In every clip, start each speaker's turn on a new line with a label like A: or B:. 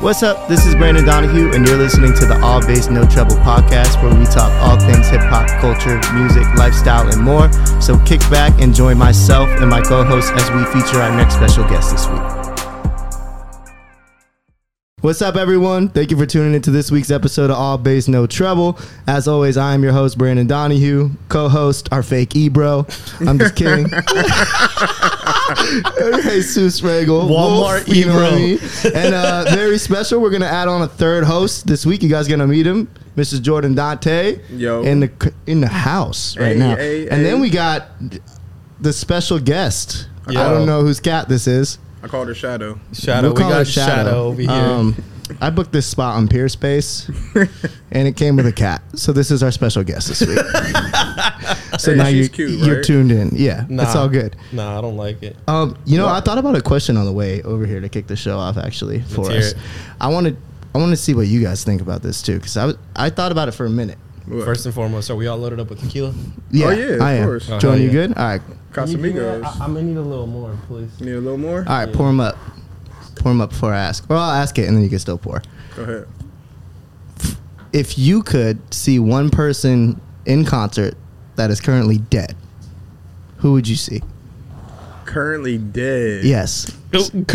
A: What's up? This is Brandon Donahue, and you're listening to the All Bass No Trouble podcast, where we talk all things hip hop, culture, music, lifestyle, and more. So kick back and join myself and my co host as we feature our next special guest this week. What's up, everyone? Thank you for tuning into this week's episode of All Bass No Trouble. As always, I am your host, Brandon Donahue, co host, our fake Ebro. I'm just kidding. Jesus Regel,
B: Walmart
A: Wolf, you know what I
B: Ebro.
A: mean? And uh, very special, we're going to add on a third host this week. You guys going to meet him, Mrs. Jordan Dante.
C: Yo.
A: In the, c- in the house right
C: Hey,
A: now.
C: hey,
A: and then
C: hey.
A: we got the special guest. I
B: Yo.
A: don't know whose cat this is.
C: I called her Shadow.
B: Shadow, we
A: We'll call her
B: got Shadow. over here.
A: Um, I booked this spot on Peer Space, and it came with a cat. So this is our special guest this week. so
C: Hey,
A: now
C: she's
A: you're,
C: cute,
A: you're
C: right?
A: tuned in. Yeah, it's
B: Nah.
A: all good.
B: Nah, I don't like it.
A: Um, you know, I thought about a question on the way over here to kick the show off. Actually, for
B: hear
A: us,
B: it.
A: I wanted I want to see what you guys think about this too, because I was, I thought about it for a minute.
C: What?
B: First and foremost, are we all loaded up with tequila?
A: Yeah,
C: Oh, yeah, of
A: I am.
C: course. Oh,
A: Jordan,
B: hell
A: you
B: yeah.
A: good? All right,
C: Casamigos.
B: I, am gonna need a little more, please.
C: Need a little more?
A: all right. Pour them up. Pour them up before I ask. Well, I'll ask it, and then you can still pour.
C: Go ahead.
A: if you could see one person in concert that is currently dead, who would you see?
C: Currently dead.
A: Yes.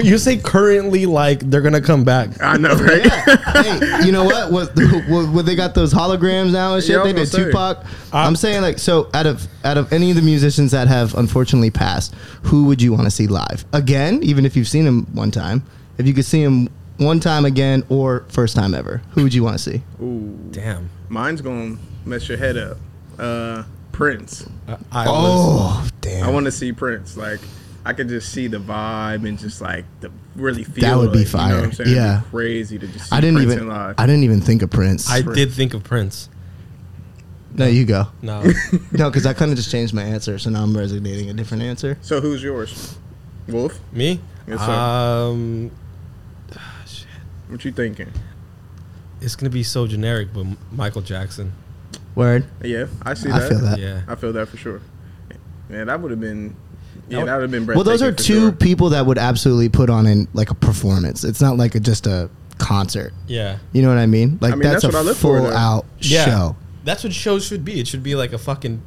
B: You say currently, like they're gonna come back.
C: I know, right?
A: hey, you know what? What, what, what they got those holograms now and shit?
C: Yeah, I was
A: they did
C: gonna say.
A: Tupac. I'm saying like so out of out of any of the musicians that have unfortunately passed, who would you want to see live again? Even if you've seen him one time, if you could see him one time again or first time ever, who would you want to see?
C: Ooh.
B: Damn.
C: Mine's gonna mess your head up. Uh Prince.
B: I, I
A: Oh, damn!
C: I wanna see Prince. Like I could just see the vibe and just like the really feel
A: That would be
C: it, you know what
A: fire.
C: I'm saying? It'd be
A: Yeah.
C: crazy to just see
A: I didn't
C: Prince
A: even
C: in live.
A: I didn't even think of Prince.
B: I did think of Prince.
A: no, you go.
B: No,
A: No, because I kind of just changed my answer, so now I'm resignating a different answer.
C: so who's yours? Wolf?
B: me.
C: Yes, sir.
B: um,
C: What you thinking?
B: it's gonna be so generic, but M- Michael Jackson.
A: Word.
C: Yeah, I see
A: I
C: that.
A: feel that.
B: Yeah.
C: I feel that for sure. Man, that would have been
B: That
C: yeah,
B: would-
C: that would have been
A: Well, those are
C: breathtaking for
A: two
C: sure.
A: people that would absolutely put on in like a performance. It's not like a, just a concert.
B: Yeah.
A: You know what I mean? Like
C: I mean,
A: that's,
C: that's what I
A: a
C: look for,
A: full
C: though.
A: out
B: Yeah.
A: show.
B: That's what shows should be. It should be like a fucking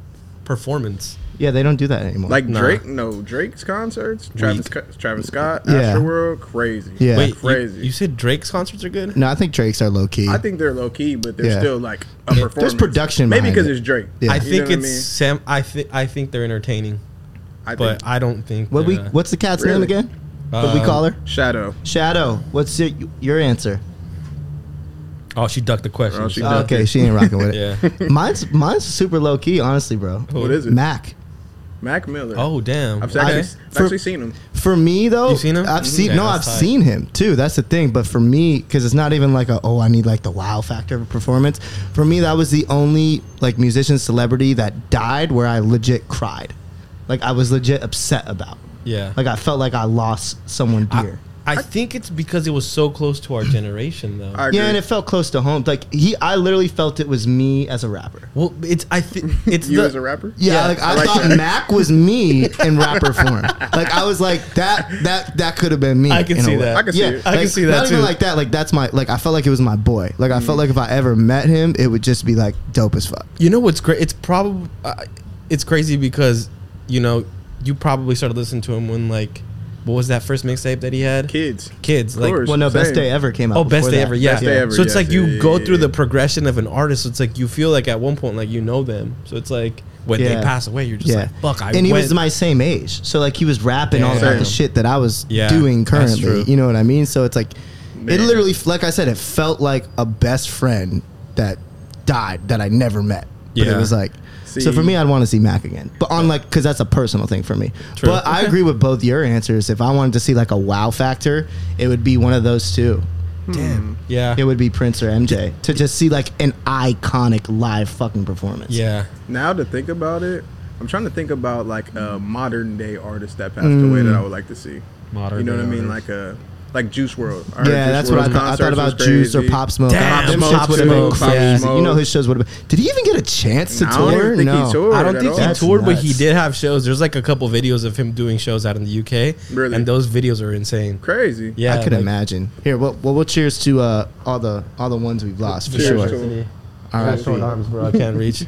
B: performance.
A: Yeah, they don't do that anymore.
C: Like
B: Nah.
C: Drake, no Drake's concerts, Travis, Co- Travis Scott,
A: Yeah.
C: Astroworld, crazy.
A: Yeah.
B: Wait, you-
C: Crazy.
B: You, said Drake's concerts are good.
A: no, I think Drake's are low key.
C: I think they're low key, but they're
A: Yeah.
C: still like a performance.
A: production
C: maybe
A: behind
C: because
A: it.
C: it's Drake.
A: Yeah.
B: I
C: You know
B: think
C: what
B: it's Sam. I think I think they're
C: I
B: entertaining,
C: mean? I
B: but
C: think
B: I don't think.
A: what we
B: they're- uh,
A: what's the cat's name
C: Really?
A: again? what we
B: Um,
A: call her?
C: Shadow.
A: Shadow. What's your, your answer?
B: Oh, she ducked the question.
C: Oh, she
B: So-
C: ducked.
A: okay, she ain't rocking with
B: Yeah.
A: it. Mine's mine's super low key, honestly, bro.
B: Who?
C: What is it?
A: Mac.
C: Mac Miller.
B: Oh damn.
C: I've
B: Okay.
C: actually, I've
A: For-
C: actually seen him.
A: For me though,
B: You've seen him?
A: I've seen
B: Okay,
A: no, I've
B: that's tight.
A: seen him too. That's the thing. But for me, because it's not even like a oh, I need like the wow factor of a performance. For me, that was the only like musician celebrity that died where I legit cried, like I was legit upset about.
B: Yeah.
A: Like I felt like I lost someone dear.
B: I think it's because it was so close to our generation, though.
C: I agree.
A: yeah, and it felt close to home. Like he, I literally felt it was me as a rapper.
B: well, it's I think it's
C: you
B: the
C: as a rapper?
A: Yeah,
B: Yeah,
A: like I,
C: I like
A: thought
C: that.
A: Mac was me in rapper form. Like I was like that that that could have been me.
B: I can
A: in a
B: see
A: way.
B: that.
C: I can see
A: yeah,
C: it.
B: I can
A: like,
B: see that
A: Not even
B: too. Mm.
A: like that. Like that's my like I felt like it was my boy. Like I felt like if I ever met him, it would just be like dope as fuck.
B: You know what's great? It's probably uh, it's crazy because you know you probably started listening to him when like what was that first mixtape that he had?
C: Kids.
B: Kids, like
C: course.
A: Well, no, best
C: Same.
A: day ever came out.
B: oh, best
A: before
B: day
A: that.
B: ever, yeah.
C: Best Day Ever,
B: so it's
C: yes,
B: like
C: yeah,
B: you
C: yeah,
B: go
C: yeah,
B: through the
C: yeah.
B: progression of an artist. So it's like you feel like at one point like you know them. So it's like when
A: Yeah.
B: they pass away, you're just
A: Yeah,
B: like fuck. I
A: and he
B: went.
A: was my same age, so like he was rapping all about the
C: Damn.
A: shit that I was
B: Yeah,
A: doing
B: that's
A: currently.
B: true.
A: You know what I mean? So it's like, it
C: Man.
A: literally, like I said, it felt like a best friend that died that I never met. But it
B: Yeah.
A: was like, so
C: See-
A: for me, I'd want to see Mac again, but on like, cause that's a personal thing for me.
B: True.
A: But I
B: Okay.
A: agree with both your answers. If I wanted to see like a wow factor, it would be one of those two.
B: damn. Yeah.
A: It would be Prince or MJ to just see like an iconic live fucking performance.
B: yeah.
C: Now to think about it, I'm trying to think
A: Mm.
C: about like a modern day artist that passed away that I would like to see.
B: Modern
C: You know
B: day
C: what I mean?
B: artist.
C: Like a like Juice World.
A: Yeah, that's what I thought. I thought about Juice or Pop Smoke.
B: Damn,
A: I thought them
B: Pop
A: shots would have been
B: Smoke, Pop
A: crazy.
C: Smoke.
A: You know his shows would have been. Did he even get a chance to
C: I don't
A: tour?
C: even think
A: no.
C: he toured.
B: I don't
C: at
B: think
C: all.
B: he
A: That's
B: toured, but he
A: nuts.
B: did have shows. There's like a couple videos of him doing shows out in the UK,
C: Really?
B: and those videos are insane.
C: Crazy.
B: Yeah,
A: I could
B: like-
A: imagine. Here, well, well, we'll cheers to uh, all the all the ones we've lost for
C: Cheers
A: sure.
C: to 'em.
A: All
D: got
A: right,
D: short arms, bro.
B: I can't reach.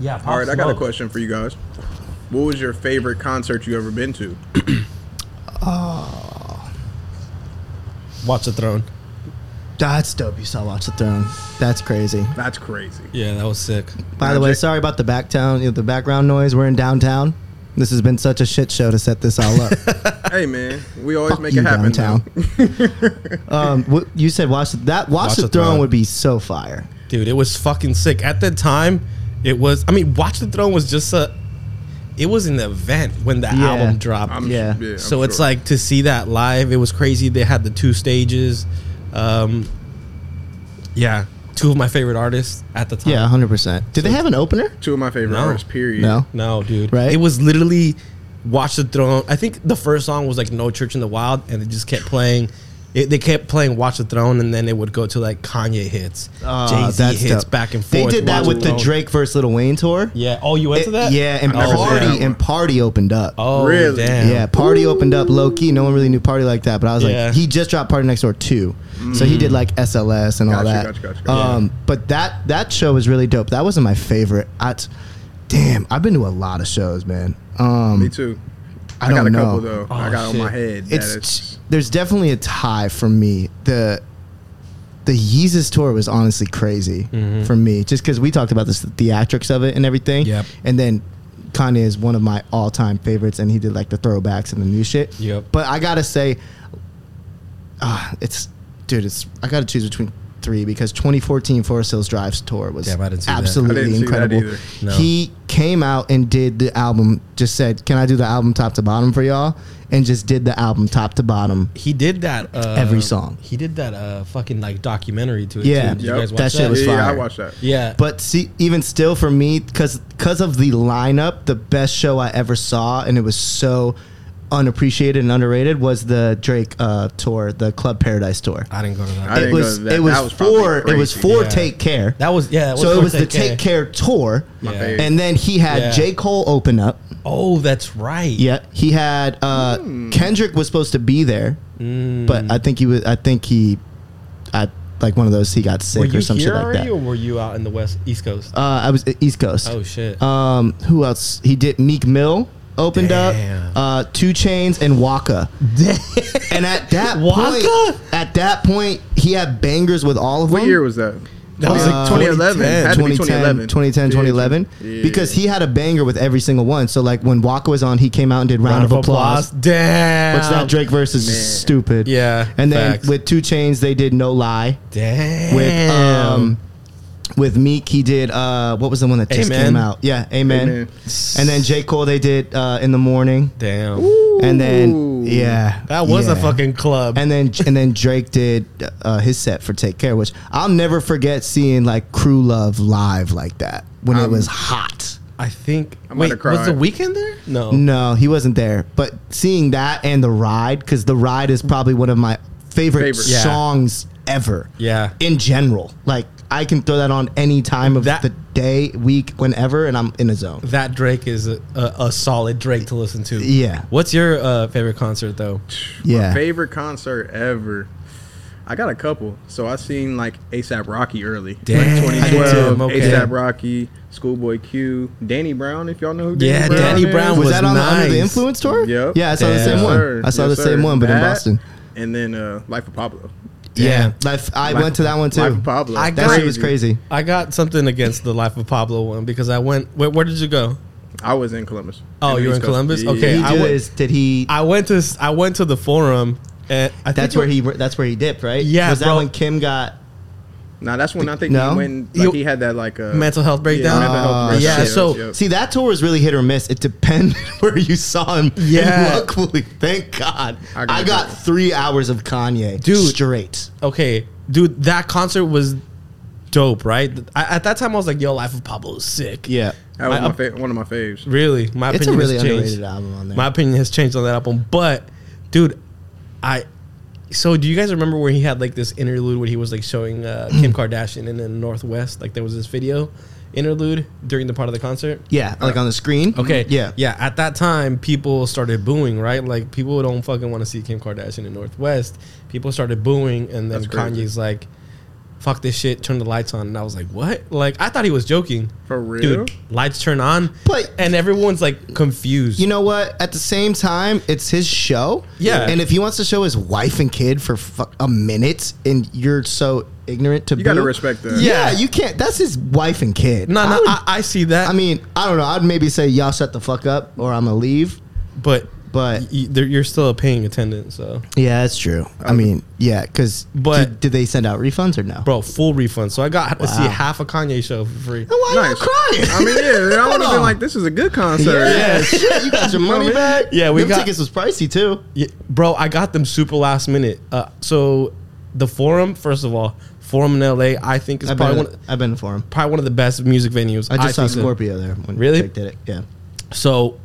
D: Yeah, Pop
C: All right, I got a
D: Smoke.
C: question for you guys. What was your favorite concert you ever been to?
B: Watch the throne.
A: that's dope. You saw Watch the Throne. That's crazy.
C: That's crazy.
B: Yeah, that was sick.
A: By the way,
C: Magic.
A: sorry about the back town, you know, the background noise. We're in downtown. This has been such a shit show to set this all up.
C: Hey man, we always
A: Fuck
C: make
A: you,
C: it happen.
A: downtown.
C: though.
A: um, what, you said Watch the, that Watch, the, throne, would be so fire.
B: dude it was fucking sick at the time it was i mean watch the throne was just a it was an event when the
A: Yeah.
B: album dropped
C: I'm,
A: Yeah.
C: yeah.
B: so
C: I'm
B: it's
C: sure.
B: like to see that live it was crazy they had the two stages um yeah two of my favorite artists at the time
A: Yeah, hundred percent. Did they have an opener?
C: two of my favorite
B: No.
C: artists. Period.
A: No.
B: no dude
A: Right?
B: it was literally watch the throne i think the first song was like no church in the wild and it just kept playing it, they kept playing Watch the Throne, and then it would go to like Kanye hits,
A: Uh,
B: Jay Z
A: that's
B: hits
A: dope.
B: back and
A: They
B: forth.
A: did that
B: Watch
A: with the
B: Throne.
A: Drake versus Lil Wayne tour.
B: Yeah. Oh, you went to that?
A: Yeah, and
B: I never did
A: party
B: that
C: one.
A: and party opened up.
B: Oh,
C: Really?
B: damn.
A: Yeah, party opened up low key. No one really knew party like that, but I was
B: Yeah. Mm.
A: like, he just dropped party next door too, so he did like SLS and all
C: Gotcha,
A: that.
C: gotcha, gotcha, gotcha.
A: Um, but that that show was really dope. That wasn't my favorite. I, damn, I've been to a lot of shows, man. Um,
C: me too.
A: I
C: I, got
A: don't
C: a
A: know.
C: couple though. I
B: Oh,
C: got on my
B: shit.
C: head. that
A: it's, there's definitely a tie for me. The the Yeezus tour was honestly crazy
B: Mm-hmm.
A: for me, just because we talked about this the theatrics of it and everything.
B: Yep.
A: And then Kanye is one of my all time favorites, and he did like the throwbacks and the new shit.
B: Yep.
A: But I gotta say, ah, it's dude, it's I gotta choose between three because 2014 Forest Hills Drive's tour was
B: Damn, I didn't see that.
A: absolutely
C: I didn't see that
A: incredible.
C: either.
B: No.
A: He came out and did the album. Just said, "Can I do the album top to bottom for y'all?" And just did the album top to bottom.
B: He did that. Uh,
A: Every song.
B: He did that uh, fucking like documentary to it.
A: Yeah.
B: Too. Did
C: Yep.
B: you guys watch
A: That
B: that?
A: shit was
C: yeah, yeah, I
A: fire.
C: watched that.
B: Yeah.
A: But see, even still for me, because of the lineup, the best show I ever saw, and it was so unappreciated and underrated, was the Drake uh, tour, the Club Paradise tour.
B: I didn't go to that.
C: I-
A: It
C: didn't go
A: was,
C: to that.
A: it was
C: That was probably
A: for it was
C: crazy.
A: for
B: Yeah.
A: Take Care.
B: that was yeah. That was
A: so it
B: for
A: was the Take Care tour,
B: Yeah.
C: favorite.
A: and then he had
B: Yeah.
A: J Cole open up.
B: Oh, that's right.
A: Yeah, he had uh, Kendrick was supposed to be there, but I think he was. I think he, I like one of those. He got
B: Were
A: sick
B: you
A: or some
B: here
A: shit like
B: already,
A: that.
B: or were you out in the West East Coast?
A: uh, I was at East Coast.
B: oh shit.
A: Um, who else? He did Meek Mill opened
B: Damn.
A: up, uh, Two Chains and Waka. and at that
B: Waka?
A: point, at that point, he had bangers with all of
C: What
A: them.
C: year was that?
B: that was
A: uh,
B: like
C: 2011. Had to
B: 2010.
C: be
A: 2010,
C: 2011.
A: 2010, 2011,
C: Yeah.
A: because he had a banger with every single one. So like when Waka was on, he came out and did round, of applause.
B: Damn.
A: What's that? Drake verse is
C: Man.
A: stupid.
B: Um, Yeah,
A: And then
B: facts.
A: with Two Chains, they did No Lie.
B: Damn.
A: With um, with Meek, he did uh, what was the one that just
B: Amen.
A: came out? Yeah, Amen.
C: Amen.
A: And then J Cole, they did uh, in the morning.
B: Damn.
A: And then
C: Ooh.
A: yeah,
B: That was a
A: yeah.
B: fucking club.
A: And then and then Drake did uh, his set for Take Care, which I'll never forget seeing like Crew Love live like that when it
C: Um,
A: was hot.
B: I think.
C: I'm
B: wait,
C: gonna cry.
B: was the weekend there? No.
A: No, he wasn't there. But seeing that and the ride, because the ride is probably one of my favorite,
C: Favorite.
B: Yeah.
A: songs ever.
B: Yeah.
A: In general, like I can throw that on any time of
B: That-
A: the day, week, whenever, and I'm in a zone.
B: that Drake is a, a, a solid Drake to listen to.
A: Yeah.
B: What's your uh, favorite concert though?
A: Yeah.
C: My favorite concert ever. I got a couple. So I seen like ASAP Rocky early.
B: Damn.
C: Like
A: I did too.
C: 2012.
B: Okay.
C: ASAP Rocky, Schoolboy Q, Danny Brown, if y'all know who Danny
B: Yeah,
C: Brown
B: Danny
C: is.
B: Brown
A: was,
B: was
A: that on the Under the
B: nice.
A: Influence tour?
C: Yep.
A: Yeah, I saw the
B: Damn.
A: same
B: Yes,
A: one.
C: sir.
A: I saw
C: Yes,
A: the
C: sir.
A: same one, but in
C: That,
A: Boston.
C: And then uh, Life of Pablo.
A: Yeah,
B: Yeah.
A: Life- I
C: Life
A: went to that one
C: Life
A: too.
C: of Pablo.
B: I
A: That shit was crazy.
B: I got something against the Life of Pablo one because I went. Where, where did you go?
C: I was in Columbus.
B: Oh,
C: East
B: you were in
C: Coast.
B: Columbus?
C: Yeah.
B: Okay.
A: He
B: I
A: did,
B: went-
A: his- did he?
B: I went to s- I went to the forum and I think
A: that's
B: it-
A: where he. That's where he dipped, right?
B: Yeah,
A: Was that
B: bro.
A: when Kim got?
C: Now that's when I think
A: No?
C: he went. Like,
B: You-
C: he had that like uh,
B: Mental health breakdown?
C: mental
A: Oh,
C: health
B: yeah,
C: breakdown.
B: so-
C: Yep.
A: See, that tour was really hit or miss. It depended where you saw him. And
B: Yeah.
A: luckily, thank God, I
C: I
A: got,
C: got you.
A: three hours of Kanye,
B: Dude.
A: Straight.
B: Okay, dude, that concert was dope, right? I, at that time, I was like, "Yo, Life of Pablo is sick."
A: Yeah.
C: That was
B: My
C: my,
B: up-
C: fa- one of my faves.
B: Really, my
A: It's a
B: opinion
A: really
B: has changed.
A: underrated album on there.
B: My opinion has changed on that album, but dude, I. So do you guys remember where he had like this interlude where he was like showing uh, Kim Kardashian in the Northwest? Like there was this video interlude during the part of the concert.
A: yeah, like on the screen.
B: Mm-hmm. Okay.
A: Yeah.
B: Yeah. At that time, people started booing, right? Like people don't fucking want to see Kim Kardashian in Northwest. People started booing, and then
C: That's
B: Kanye's
C: crazy.
B: like, "Fuck this shit, turn the lights on." And I was like, "What?" Like I thought he was joking.
C: For real?
B: Dude, lights turn on,
A: But-
B: and everyone's like confused.
A: You know what? At the same time, it's his show.
B: Yeah.
A: And if he wants to show his wife and kid for fu- a minute, and you're so ignorant to
C: You gotta
A: boo-
C: respect that.
A: Yeah,
B: Yeah.
A: you can't. That's his wife and kid.
B: no,
A: I
B: no,
A: would-
B: I, I see that.
A: I mean, I don't know. I'd maybe say y'all shut the fuck up, or I'm gonna leave.
B: but
A: But
B: y- y- there- you're still a paying attendant, so
A: yeah, that's true. I mean, yeah, because
B: But-
A: did, did they send out refunds or no?
B: bro, full refund. So I got to see
A: Wow.
B: half a Kanye show for free.
A: Then why
C: Nice.
A: you crying?
C: I mean, yeah, I would have
A: on.
C: been like, this is a good concert.
A: yeah, shit, you got your money
C: man.
A: back.
B: Yeah, we
A: Them
B: got-
A: tickets was pricey too.
B: Yeah, bro, I got them super last minute. Uh, so the forum, first of all, forum in LA, I think is
A: I've
B: probably
A: been,
B: one,
A: I've been for him.
B: probably one of the best music venues.
A: I just saw
B: think so.
A: Scorpio there. When
B: Really?
A: Drake did it. Yeah.
B: So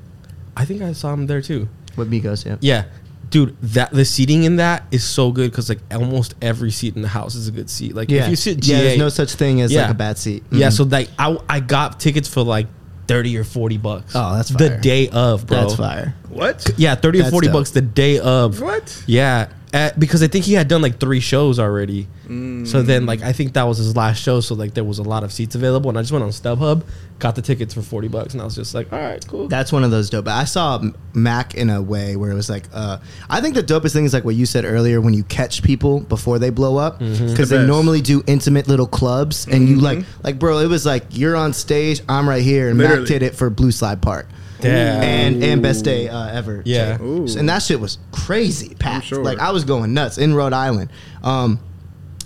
B: I think I saw him there too.
A: With Migos, yeah.
B: Yeah, dude, that the seating in that is so good because like almost every seat in the house is a good seat. Like if you sit,
A: yeah,
B: GA,
A: there's no such thing as
B: Yeah.
A: like a bad seat.
B: Yeah,
A: Mhm.
B: so like I I got tickets for like thirty or forty bucks.
A: Oh, that's
B: the
A: fire.
B: day of, bro.
A: that's fire.
C: What?
B: Yeah, thirty or
A: That's
B: forty
A: dope.
B: bucks the day of.
C: What?
B: Yeah, at, because I think he had done like three shows already. So then,
C: Mm.
B: like, I think that was his last show. So like, there was a lot of seats available, and I just went on StubHub, got the tickets for forty bucks, and I was just like, all right, cool.
A: That's one of those dope. I saw M- Mac in a way where it was like, uh, I think the dopest thing is like what you said earlier when you catch people before they blow up because
B: Mm-hmm.
C: The
A: they
C: best.
A: normally do intimate little clubs and you like,
C: Mm-hmm.
A: like bro, it was like you're on stage, I'm right here, and
C: Literally.
A: Mac did it for Blue Slide Park.
B: Damn.
A: And and best day uh, ever.
B: Yeah.
A: too.
C: Ooh.
A: and that shit was crazy packed.
C: sure.
A: Like I was going nuts in Rhode Island. Um,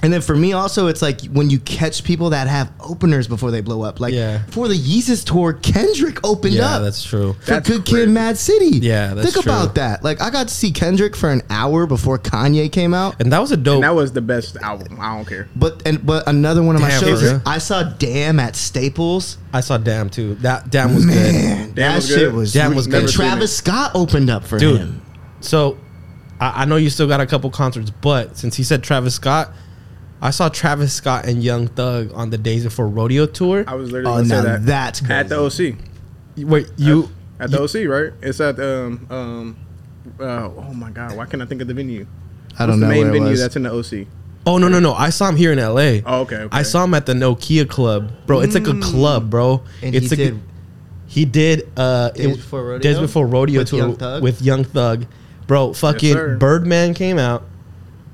A: and then for me also, it's like when you catch people that have openers before they blow up. Like
B: Yeah.
A: for the Yeezus tour, Kendrick opened
B: yeah,
A: up
B: that's true.
A: for
C: That's
A: Good Kid,
C: crazy.
A: Mad City.
B: Yeah, that's
A: think
B: true.
A: about that. Like I got to see Kendrick for an hour before Kanye came out.
B: And that was a dope.
C: And that was the best album. I don't care.
A: But and but another one of my
B: Damn,
A: shows
B: for
A: is
B: real?
A: I saw Damn at Staples.
B: I saw Damn too. That Damn was
A: Man, that
C: was
A: shit
C: good?
A: was
B: Damn was
A: re- and
B: good.
A: Travis Scott opened up for
B: good, dude.
A: him.
B: So, I, I know you still got a couple concerts, but since he said Travis Scott, I saw Travis Scott and Young Thug on the Days Before Rodeo tour.
C: I was
A: Oh,
C: literally gonna
A: now
C: say that.
A: that's
C: at the OC.
B: Wait, you?
C: At the OC, right? It's at um um uh, oh my god, why can't I think of the venue?
A: I don't
C: the
A: know
C: main
A: where it
C: venue
A: was.
C: that's in the OC.
B: Oh no no no! I saw him here in L.A.
C: Oh, okay, Mm. okay.
B: I saw him at the Nokia Club, bro. It's like a club, bro.
A: And he
B: it's like a-
A: did-
B: he did uh,
A: Days
B: it-
A: Before Rodeo?
B: Days before rodeo
A: With
B: tour
A: Young Thug?
B: with Young Thug, bro. Fucking
C: sir.
B: Birdman came out,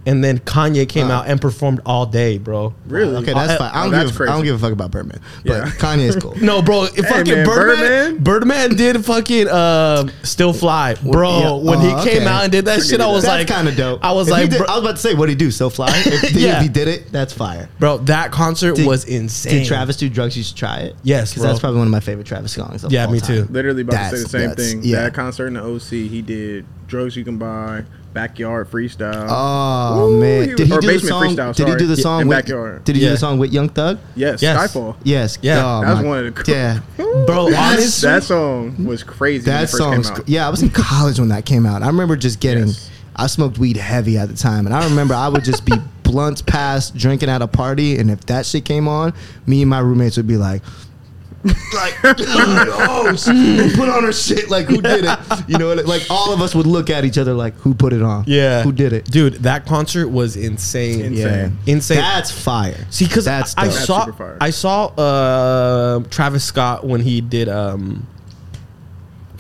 B: and then Kanye came
A: Wow.
B: out and performed all day, bro.
C: Really?
A: Okay, that's fine. I
C: oh,
A: don't,
C: that's
A: give, a- I don't
C: crazy.
A: give a fuck about Birdman, but
C: Yeah.
A: Kanye's cool.
B: No, bro. fucking
C: man,
B: Birdman, Birdman.
C: Birdman?
B: did fucking uh, still fly, bro.
A: yeah,
B: When he
A: oh,
B: came
A: okay.
B: out and did that shit, I was
A: that's
B: like,
A: kind of dope.
B: I was
A: If he
B: like,
A: did-
B: bro,
A: I was about to say, what he do? So fly? If,
B: Yeah.
A: if he did it, that's fire.
B: bro, that concert
A: Did-
B: was insane.
A: Did Travis do drugs? You should try it.
B: Yes,
A: because that's
B: bro.
A: probably one of my favorite Travis songs. Of
B: Yeah,
A: all
B: me
A: time.
B: too.
C: Literally about to say
A: That's
C: the same
A: nuts.
C: thing.
A: Yeah.
C: That concert in the OC, he did drugs you can buy, backyard freestyle.
A: Oh
C: Ooh,
A: man,
C: he
A: did he
C: or
A: do the
C: basement
A: song?
C: freestyle,
A: Did he
C: sorry.
A: do the
C: Yeah,
A: song
C: in
A: with?
C: Backyard.
A: Did he do
B: Yeah.
A: the song with Young Thug?
C: yes,
B: Yes.
C: Skyfall.
A: Yes.
B: Yeah,
A: Oh,
C: that was
A: my-
C: one of the cool-
A: Yeah.
B: bro.
A: That's-
B: Honestly,
C: That song was crazy when
A: That
C: it first
A: song,
C: came out.
A: yeah, I was in college when that came out. I remember just getting,
C: Yes.
A: I smoked weed heavy at the time, and I remember I would just be blunt past drinking at a party, and if that shit came on, me and my roommates would be like, like, oh, who put on her shit, like who did it, you know, like all of us would look at each other like, who put it on,
B: Yeah.
A: who did it,
B: Dude, that concert was insane.
C: Insane.
A: yeah,
B: Insane.
A: That's fire.
B: See, because I,
A: that's
B: I
A: dope.
C: That's
B: saw
C: super fire.
B: I saw uh, Travis Scott when he did um,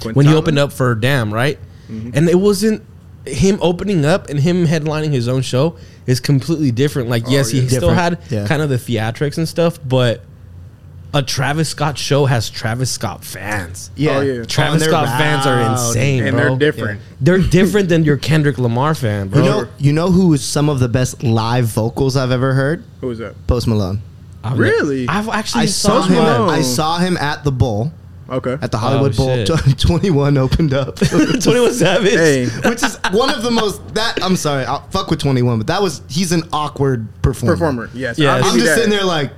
B: when he
C: Quintana?
B: opened up for Damn, right?
C: Mm-hmm.
B: And it wasn't him opening up and him headlining his own show is completely different. Like, yes, he
C: Oh, yeah.
B: still
A: Different.
B: had
A: Yeah.
B: kind of the theatrics and stuff, but a Travis Scott show has Travis Scott fans.
A: yeah,
C: Oh, yeah.
B: Travis
A: And they're
B: Scott fans are
A: loud.
B: insane,
C: and
B: bro.
C: they're different.
B: They're different than your Kendrick Lamar fan, bro.
A: You know, you know who is some of the best live vocals I've ever heard?
C: Who was that?
A: Post Malone.
B: I've-
C: Really?
B: I've actually
A: I saw him.
C: Malone.
A: I saw him at the bowl.
C: Okay.
A: at the Hollywood
B: Oh,
A: Bowl.
B: shit.
A: 21 opened up, which
B: 21 Savage.
C: hey,
A: is one of the most that I'm sorry, I'll fuck with 21, but that was he's an awkward performer.
C: performer. Yes.
B: Yeah,
C: I'll give
A: I'm
C: you
A: just
C: that.
A: sitting there like,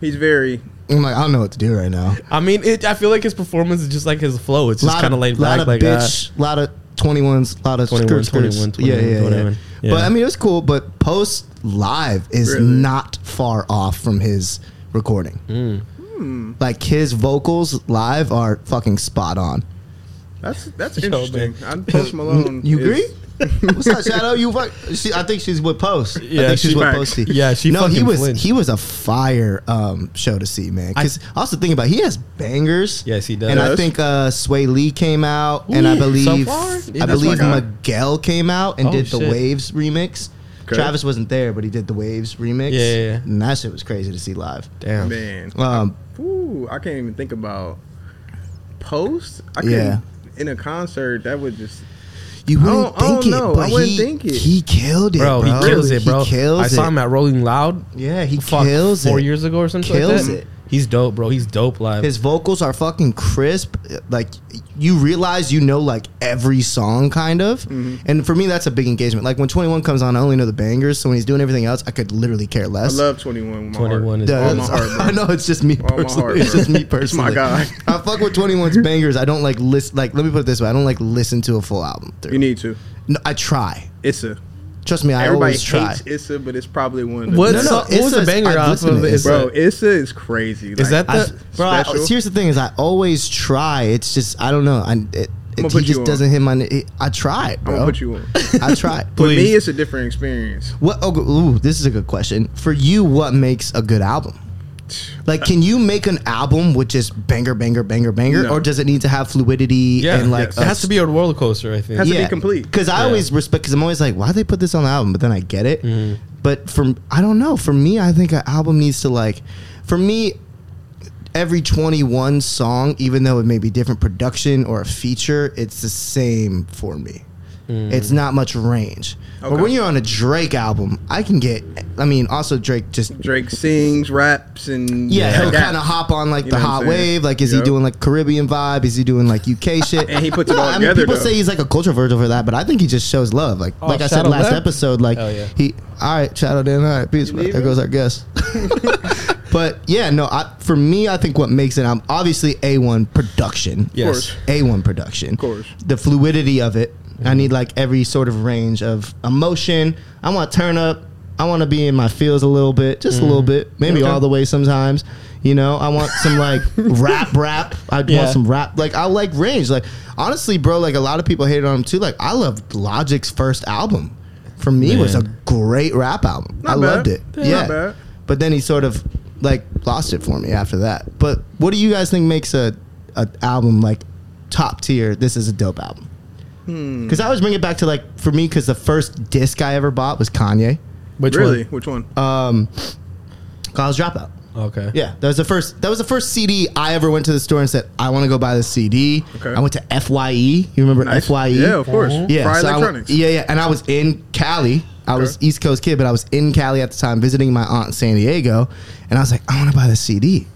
C: He's very
A: I'm like, I don't know what to do right now.
B: I mean, it, I feel like his performance is just like his flow. It's just
A: Lot
B: kind of laid
A: lot
B: back,
A: of
B: like uh,
A: bitch, lot of 21s, lot of
B: 21,
A: skirt, skirts.
B: 21,
A: yeah, yeah, yeah.
B: 21, yeah.
A: But I mean, it was cool. But post live is
C: Really?
A: not far off from his recording.
B: Mm.
A: Like his vocals live are fucking spot on.
C: that's that's
B: Yo,
C: interesting.
B: man.
C: I'm Post Malone.
A: You
C: is-
A: agree? What's up, Shadow? You fuck. She, I think she's with Post. I
B: Yeah,
A: think she's
B: she-
A: with
C: Facts.
A: Posty.
B: Yeah, she
A: No, he
B: fucking
A: was
B: flinched.
A: he was a fire um, show to see, man. Because also thinking about, it, he has bangers.
B: Yes, he does.
A: And I
C: Yes.
A: think uh, Sway Lee came out, and I
B: Ooh, so
A: believe
B: far? Yeah,
A: I
B: that's
A: believe
C: my guy.
A: Miguel came out and
B: Oh,
A: did the
B: shit.
A: Waves remix.
C: Okay.
A: Travis wasn't there, but he did the Waves remix.
B: Yeah, yeah, yeah.
A: and that shit was crazy to see live.
B: Damn.
C: Man,
A: Um,
C: Ooh, I can't even think about post. I could
A: Yeah.
C: not in a concert that would just
A: you
C: I don't-
A: wouldn't
C: I don't
A: think it,
C: know. I
A: but
C: wouldn't
A: he,
C: think it.
A: he killed it,
B: Bro,
A: bro.
B: he kills it, bro.
A: He kills
B: I saw
A: it.
B: him at Rolling Loud.
A: Yeah, he
B: fuck,
A: kills
B: four
A: it.
B: years ago or something.
A: Kills
B: Kills
A: it.
B: it. He's dope, bro. He's dope live.
A: His vocals are fucking crisp. Like you realize you know like every song kind of.
C: Mm-hmm.
A: And for me that's a big engagement. Like when 21 comes on I only know the bangers, so when he's doing everything else I could literally care
C: I
A: less.
C: love Twenty One. Twenty
B: 21
C: One
B: is
A: Duh,
C: all my
A: it's-
C: heart, bro.
A: I know it's just me
C: All my
A: personally.
C: heart,
A: it's
C: bro.
A: just me
C: It's my
A: personally.
C: guy.
A: I fuck with 21's bangers. I don't like list like let me put it this way. I don't like listen to a full album through.
C: You need to.
A: no, I try.
C: Issa.
A: Trust me, I
C: Everybody
A: always try.
C: hates Issa, but it's probably one of the
B: what,
A: No, no,
B: so- what was
A: Issa's-
B: the banger
A: I've
B: off
A: listened
B: of
A: to
B: Issa?
C: bro. Issa is crazy.
B: Is that
A: I,
B: the-
A: bro, I-
C: special?
A: here's the thing: is I always try. It's just I don't know. I it,
C: I'ma
A: it, he
C: put you
A: just
C: on.
A: doesn't hit my. It, I tried,
C: I'm
A: bro.
C: gonna put you on.
A: I tried.
C: For me,
B: Please.
C: it's a different experience.
A: what? Oh, ooh, this is a good question for you. What makes a good album? Like, can you make an album with just banger, banger, banger, banger,
C: No.
A: or does it need to have fluidity
B: Yeah,
A: and like
B: it has to be a roller coaster. I think.
C: Has to be complete.
A: Because I
B: Yeah.
A: always respect. Because I'm always like, why they put this on the album? But then I get it. But from I don't know. For me, I think an album needs to like. For me, every 21 song, even though it may be different production or a feature, it's the same for me. It's not much range. But
C: Okay.
A: when you're on a Drake album, I can get. I mean, also Drake just
C: Drake sings, raps, and
A: yeah, he'll
C: that.
A: kind of hop on like
C: You
A: the
C: know what
A: hot
C: I'm saying?
A: wave. Like, is
C: Yep.
A: he doing like Caribbean vibe? Is he doing like UK shit?
C: And he puts it all
A: I
C: together,
A: people
C: though.
A: say he's like a culture virgin for that, but I think he just shows love. Like,
B: Oh,
A: like I
B: shout
A: said
B: out
A: last
B: that?
A: episode, like
B: Hell yeah.
A: he. All right, shout out Dan. All right, peace. bro.
C: leaving?
A: There goes our guest. but yeah, no. I, for me, I think what makes it, I'm obviously a one production.
B: Yes.
C: course.
A: a one production. Of
C: course.
A: the fluidity of it. I need like every sort of range of emotion. I want to turn up. I want to be in my feels a little bit, just a little bit, maybe all the way sometimes. You know, I want some like rap, rap. I
B: Yeah.
A: want some rap. Like I like range. Like honestly, bro. Like a lot of people hated on him too. Like I loved Logic's first album. For me, was a
B: Man.
A: great rap album.
C: Not
A: I
C: bad.
A: loved it.
C: Yeah,
A: yeah,
C: not bad.
A: but then he sort of like lost it for me after that. But what do you guys think makes a, a album like top tier? This is a dope album.
C: Hmm.
A: Because I always bring it back to like for me, because the first disc I ever bought was Kanye,
B: Which
C: really, which one?
A: um, College Dropout.
B: one? Okay.
A: Yeah, that was the first. That was the first CD I ever went to the store and said, "I want to go buy this CD."
C: Okay.
A: I went to Fye. You remember E?
C: Nice.
A: Fye?
C: Yeah, of course.
A: Yeah,
C: Fry
A: so I went-
C: Electronics.
A: yeah, yeah. And I was in Cali. I was
C: Okay.
A: East Coast kid, but I was in Cali at the time visiting my aunt in San Diego. And I was like, I want to buy this CD.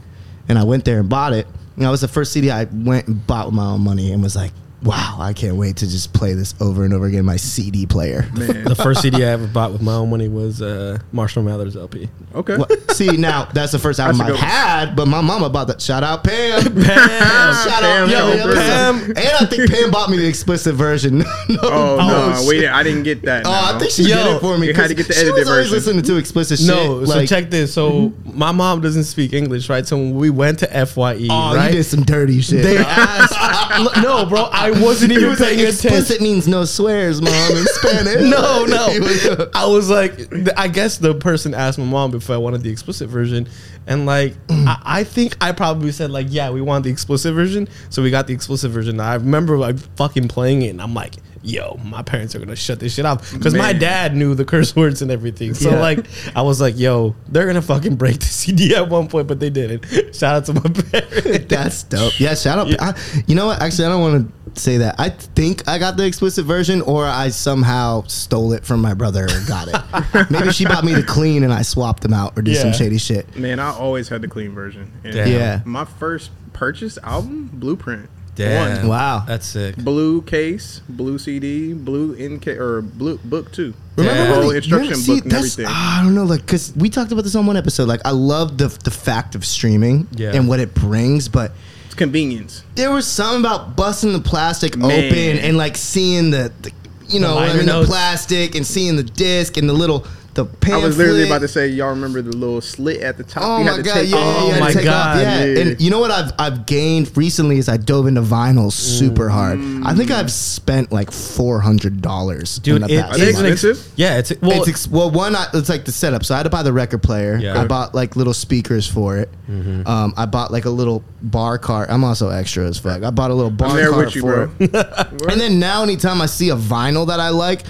A: And I went there and bought it. And that was the first CD I went and bought with my own money and was like, wow, I can't wait to just play this over and over again in my CD player.
C: Man,
B: The first CD I ever bought with my own money was uh, Marshall Mathers LP.
C: okay.
A: What- See, now that's the first album
C: That's a
A: I've
C: good one.
A: had, but my mama bought that. Shout out Pam. Pam. Shout
C: Pam
A: out yo,
C: Goldberg.
A: Pam. And I think Pam bought me the explicit version. no,
C: Oh
A: bullshit.
C: no, wait, I didn't get that.
A: Oh, I
C: no.
A: think she
B: Yo,
A: did it for me.
C: you had
A: 'cause
C: to get the
A: she
C: edited
A: was always
C: version.
A: listening to explicit shit.
B: No,
A: like- Mm-hmm.
B: so check this. So my mom doesn't speak English, right? So when we went to Fye,
A: Oh,
B: right?
A: you did some dirty shit.
B: They asked. I- l- no, bro, I wasn't
A: He
B: even
A: was like,
B: paying attention.
A: explicit means no swears, mom, in Spanish.
B: No,
A: He was-
B: no. I was like, th- I guess the person asked my mom if I wanted the explicit version, and like, I, I think I probably said like, yeah, we want the explicit version, so we got the explicit version. I remember like fucking playing it, and I'm like, yo, my parents are gonna shut this shit off because my
C: Man.
B: dad knew the curse words and everything. So
A: Yeah.
B: like, I was like, yo, they're gonna fucking break the CD at one point, but they didn't. Shout out to my parents.
A: That's dope. Yeah, shout out.
B: Yeah.
A: I, you know what? Actually, I don't want to say that. I think I got the explicit version, or I somehow stole it from my brother and got it. Maybe she bought me the clean and I swapped them out or did some
B: Yeah.
A: shady shit.
C: Man, I always had the clean version. And
B: Damn.
A: Yeah.
C: My first purchase album, Blueprint.
B: Damn.
A: Wow.
B: That's sick.
C: Blue case, blue CD, blue NK, or blue book two.
B: Remember
C: the
B: when
C: whole
B: they-
C: instruction
A: remember- see,
C: book and
A: that's-
C: everything.
A: ah, I don't know, like, cause we talked about this on one episode. Like, I love the the fact of streaming
B: Yeah.
A: and what it brings, but
C: It's convenience.
A: there was something about busting the plastic
C: Man.
A: open and like seeing the, the you know, what I
B: liner
A: mean, the
B: notes.
A: plastic and seeing the disc and the little the
C: I
A: pamphlet.
C: was literally about to say, y'all remember the little slit at the top?
A: Oh
C: you
A: my god! Yeah,
C: off?
B: Oh
A: yeah, yeah,
B: my
A: take
B: God,
A: Off, yeah.
C: dude.
A: and you know what I've I've gained recently is I dove into vinyl super hard. I think I've spent like four hundred dollars,
B: Dude, it,
C: Mm. Are they
B: it's an ex-
C: expensive?
B: yeah, it's well,
A: it's ex- well, one, I, it's like the setup. So I had to buy the record player.
B: Yeah. Mm-hmm.
A: I bought like little speakers for it. Um, I bought like a little bar cart. I'm also extra as fuck. I bought a little bar
C: I'm there
A: cart
C: with you,
A: for
C: bro.
A: it. And then now, anytime I see a vinyl that I like,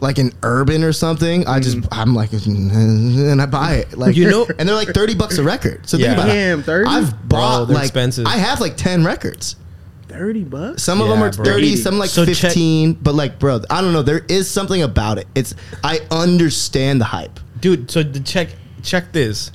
A: like an urban or something, I just I'm like, and I buy it. Like
B: Mm-hmm. You know-
A: and they're like thirty bucks a record. So
B: Yeah.
A: think about
C: Damn,
A: it.
C: 30?
A: I've
B: Bro,
A: bought
B: they're
A: like
B: expensive.
A: I have like ten records.
C: Thirty bucks.
A: Some of
B: Yeah,
A: them are
B: bro.
A: 30,
C: Eating.
A: some like
B: So check-
A: 15, but like, bro, I don't know. There is something about it. It's I understand the hype.
B: dude. So the check check this.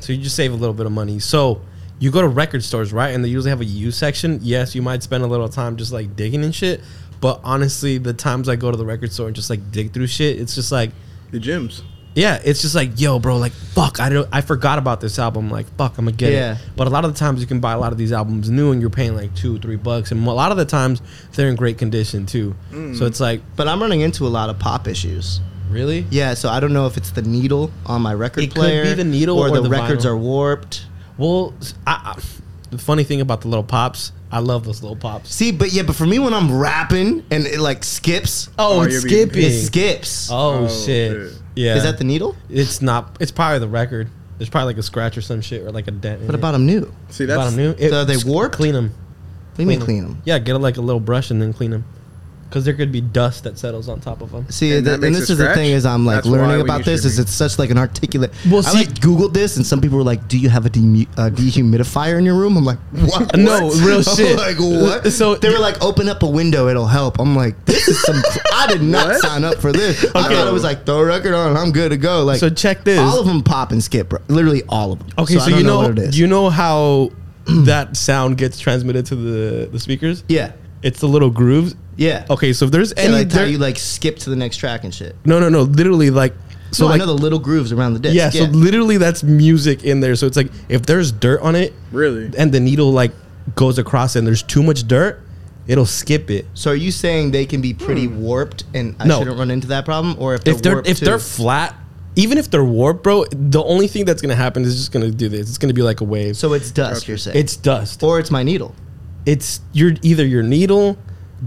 B: So you just save a little bit of money. So you go to record stores, right? And they usually have a U section. Yes, you might spend a little time just like digging and shit. But honestly, the times I go to the record store and just like dig through shit, it's just like
C: The gyms.
B: Yeah, it's just like, yo, bro, like, fuck, I don't, I forgot about this album. Like, fuck, I'm gonna get
A: Yeah.
B: it. But a lot of the times you can buy a lot of these albums new, and you're paying like two, three bucks, and a lot of the times they're in great condition too. So it's like,
A: But I'm running into a lot of pop issues.
B: really?
A: Yeah, so I don't know if it's the needle on my record
B: It could
A: player,
B: be the needle or
A: the,
B: the
A: records
B: vinyl.
A: are warped.
B: Well, s- I, I- the funny thing about the little pops, I love those little pops.
A: See, but yeah, but for me when I'm rapping and it like skips,
B: Oh,
C: Oh,
B: it's
C: you're being
B: skipping.
A: it skips.
B: Oh,
C: Oh,
B: shit.
C: shit.
B: Yeah.
A: Is that the needle?
B: It's not. It's probably the record. There's probably like a scratch or some shit or like a dent. in
A: What
B: it.
A: about them new?
C: See,
B: About
C: that's
B: them new?
A: So are they
B: s-
A: warped?
B: Clean them.
A: We may clean them.
B: Yeah, get like a little brush and then clean them, because there could be dust that settles on top of them.
A: See,
C: And
A: and,
C: that
A: and
C: makes
A: this
C: it
A: is the
C: scratch?
A: thing is I'm like
C: That's why
A: learning
C: when
A: about
C: you
A: this
C: should
A: is
C: be-
A: it's such like an articulate.
B: Well,
A: I
B: see-
A: like Googled this and some people were like, "Do you have a demu- uh, dehumidifier in your room?" I'm like, "What?"
B: No, real shit.
A: I'm like what? So
B: So-
A: they were like, "Open up a window, it'll help." I'm like, "This is some." cr- I did not
C: What?
A: sign up for this. I
B: Okay.
A: thought it was like throw a record on, I'm good to go. Like,
B: So check this.
A: All of them pop and skip, bro. Literally all of them.
B: Okay, so,
A: I don't
B: you know,
A: what it is.
B: you know how that sound gets transmitted to the the speakers.
A: yeah,
B: it's the little grooves.
A: yeah.
B: Okay, so if there's
A: And
B: any,
A: like how
B: there-
A: you like skip to the next track and shit.
B: no, no, no, literally like, so
A: So I
B: like,
A: know the little grooves around the disc.
B: yeah, so literally that's music in there. So it's like if there's dirt on it,
C: really.
B: and the needle like goes across it and there's too much dirt, it'll skip it.
A: So are you saying they can be pretty warped and I
B: Hmm. No.
A: shouldn't run into that problem? Or if they're,
B: If they're
A: warped
B: if they're
A: too?
B: flat, even if they're warped, bro, the only thing that's gonna happen is just gonna do this. It's gonna be like a wave.
A: so it's dust, you're saying.
B: it's dust.
A: or it's my needle.
B: it's your either your needle,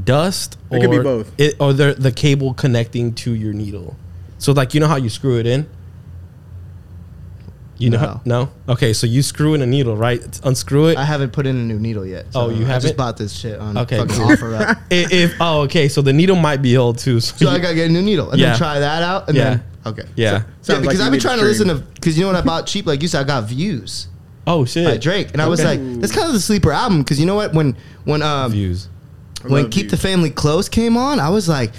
B: dust, or
C: It could be both.
B: It, or the the cable connecting to your needle. So like you know how you screw it in. You know how- no. Okay, so you screw in a needle, right? unscrew it.
A: I haven't put in a new needle yet.
B: Oh, you
A: I
B: haven't?
A: just bought this shit on
B: Okay,
A: fucking
B: cool.
A: offer up.
B: I- if oh okay, so the needle might be old too. So,
A: So I
B: you-
A: gotta get a new needle and
B: Yeah.
A: then try that out and
B: Yeah.
A: then okay.
B: yeah.
A: Yeah,
C: Sounds like
A: because
C: you
A: I've
C: need
A: been
C: to
A: trying to listen to
C: stream.
A: because you know what I bought cheap like you said I got views
B: oh shit.
A: by Drake and I was
B: Okay.
A: like that's kind of the sleeper album because you know what when when um
B: views.
A: when
C: love
A: Keep
C: Views.
A: the Family Close came on, I was like,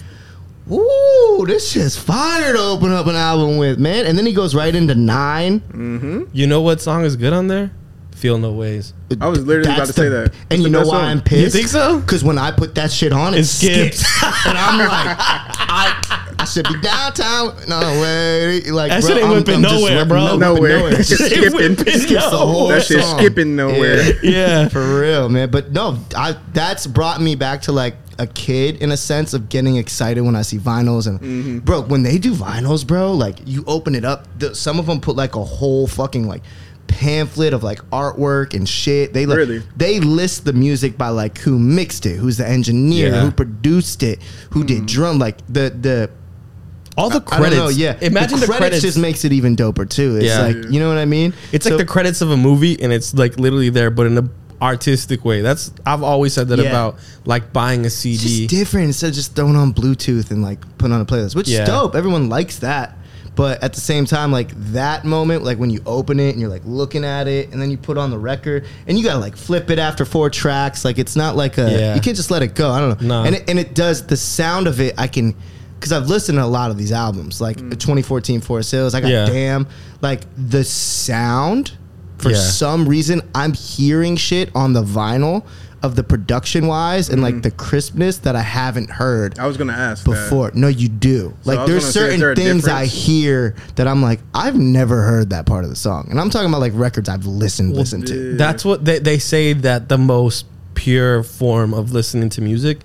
A: "Ooh, this shit's fire to open up an album with, man!" And then he goes right into nine.
C: Mm-hmm.
B: You know what song is good on there? Feel no ways.
C: I was literally about to
A: the-
C: say
A: And
C: that. That's
A: you
C: the
A: know
C: best
A: why
C: song.
A: I'm
B: You
A: pissed?
B: think so?
A: Because when I put that shit on, it,
B: It skips.
A: skips. and I'm like, I, I should be downtown. No way. Like,
B: That
A: bro,
B: shit ain't
A: I'm-
B: whipping
A: I'm just
B: nowhere,
A: whipping-
B: bro.
A: no-
C: Nowhere.
A: whipping
C: It's
B: It
C: skipping.
B: would be
A: the
C: Skips
A: whole
B: nowhere.
C: That shit's
A: song.
C: skipping nowhere.
A: Yeah.
B: Yeah.
A: For real, man. But no, I that's brought me back to like a kid in a sense of getting excited when I see vinyls and bro, when they do vinyls, bro, like you open it up, the, some of them put like a whole fucking like pamphlet of like artwork and shit. They like
C: Really?
A: they list the music by like who mixed it, who's the engineer,
B: Yeah.
A: who produced it, who did drum, like the the
B: All the
A: Mm-hmm. I don't
B: credits.
A: know, yeah.
B: Imagine the credits.
A: just makes it even doper too. It's
B: Yeah.
A: like you know what I mean.
B: It's
A: So-
B: like the credits of a movie, and it's like literally there, but in a artistic way. That's I've always said that
A: Yeah.
B: about like buying a
A: It's
B: CD.
A: just different instead of just throwing on Bluetooth and like putting on a playlist, which
B: Yeah.
A: is dope. Everyone likes that. But at the same time, like that moment, like when you open it and you're like looking at it, and then you put on the record, and you gotta like flip it after four tracks. Like it's not like a
B: Yeah.
A: you can't just let it go. I don't know.
B: No.
A: And it, and it does the sound of it. I can because I've listened to a lot of these albums, like 2014 Forest Hills. I got
B: Yeah.
A: damn like the sound for
B: Yeah.
A: some reason I'm hearing shit on the vinyl of the production wise and
C: Mm.
A: like the crispness that I haven't heard
C: I was gonna ask that.
A: before. No, you do.
C: I
A: like
C: was
A: there's
C: gonna say, is
A: certain
C: there a
A: things I
C: difference?
A: hear that I'm like, I've never heard that part of the song, and I'm talking about like records I've listened listened to.
C: yeah.
B: That's what they, they say that the most pure form of listening to music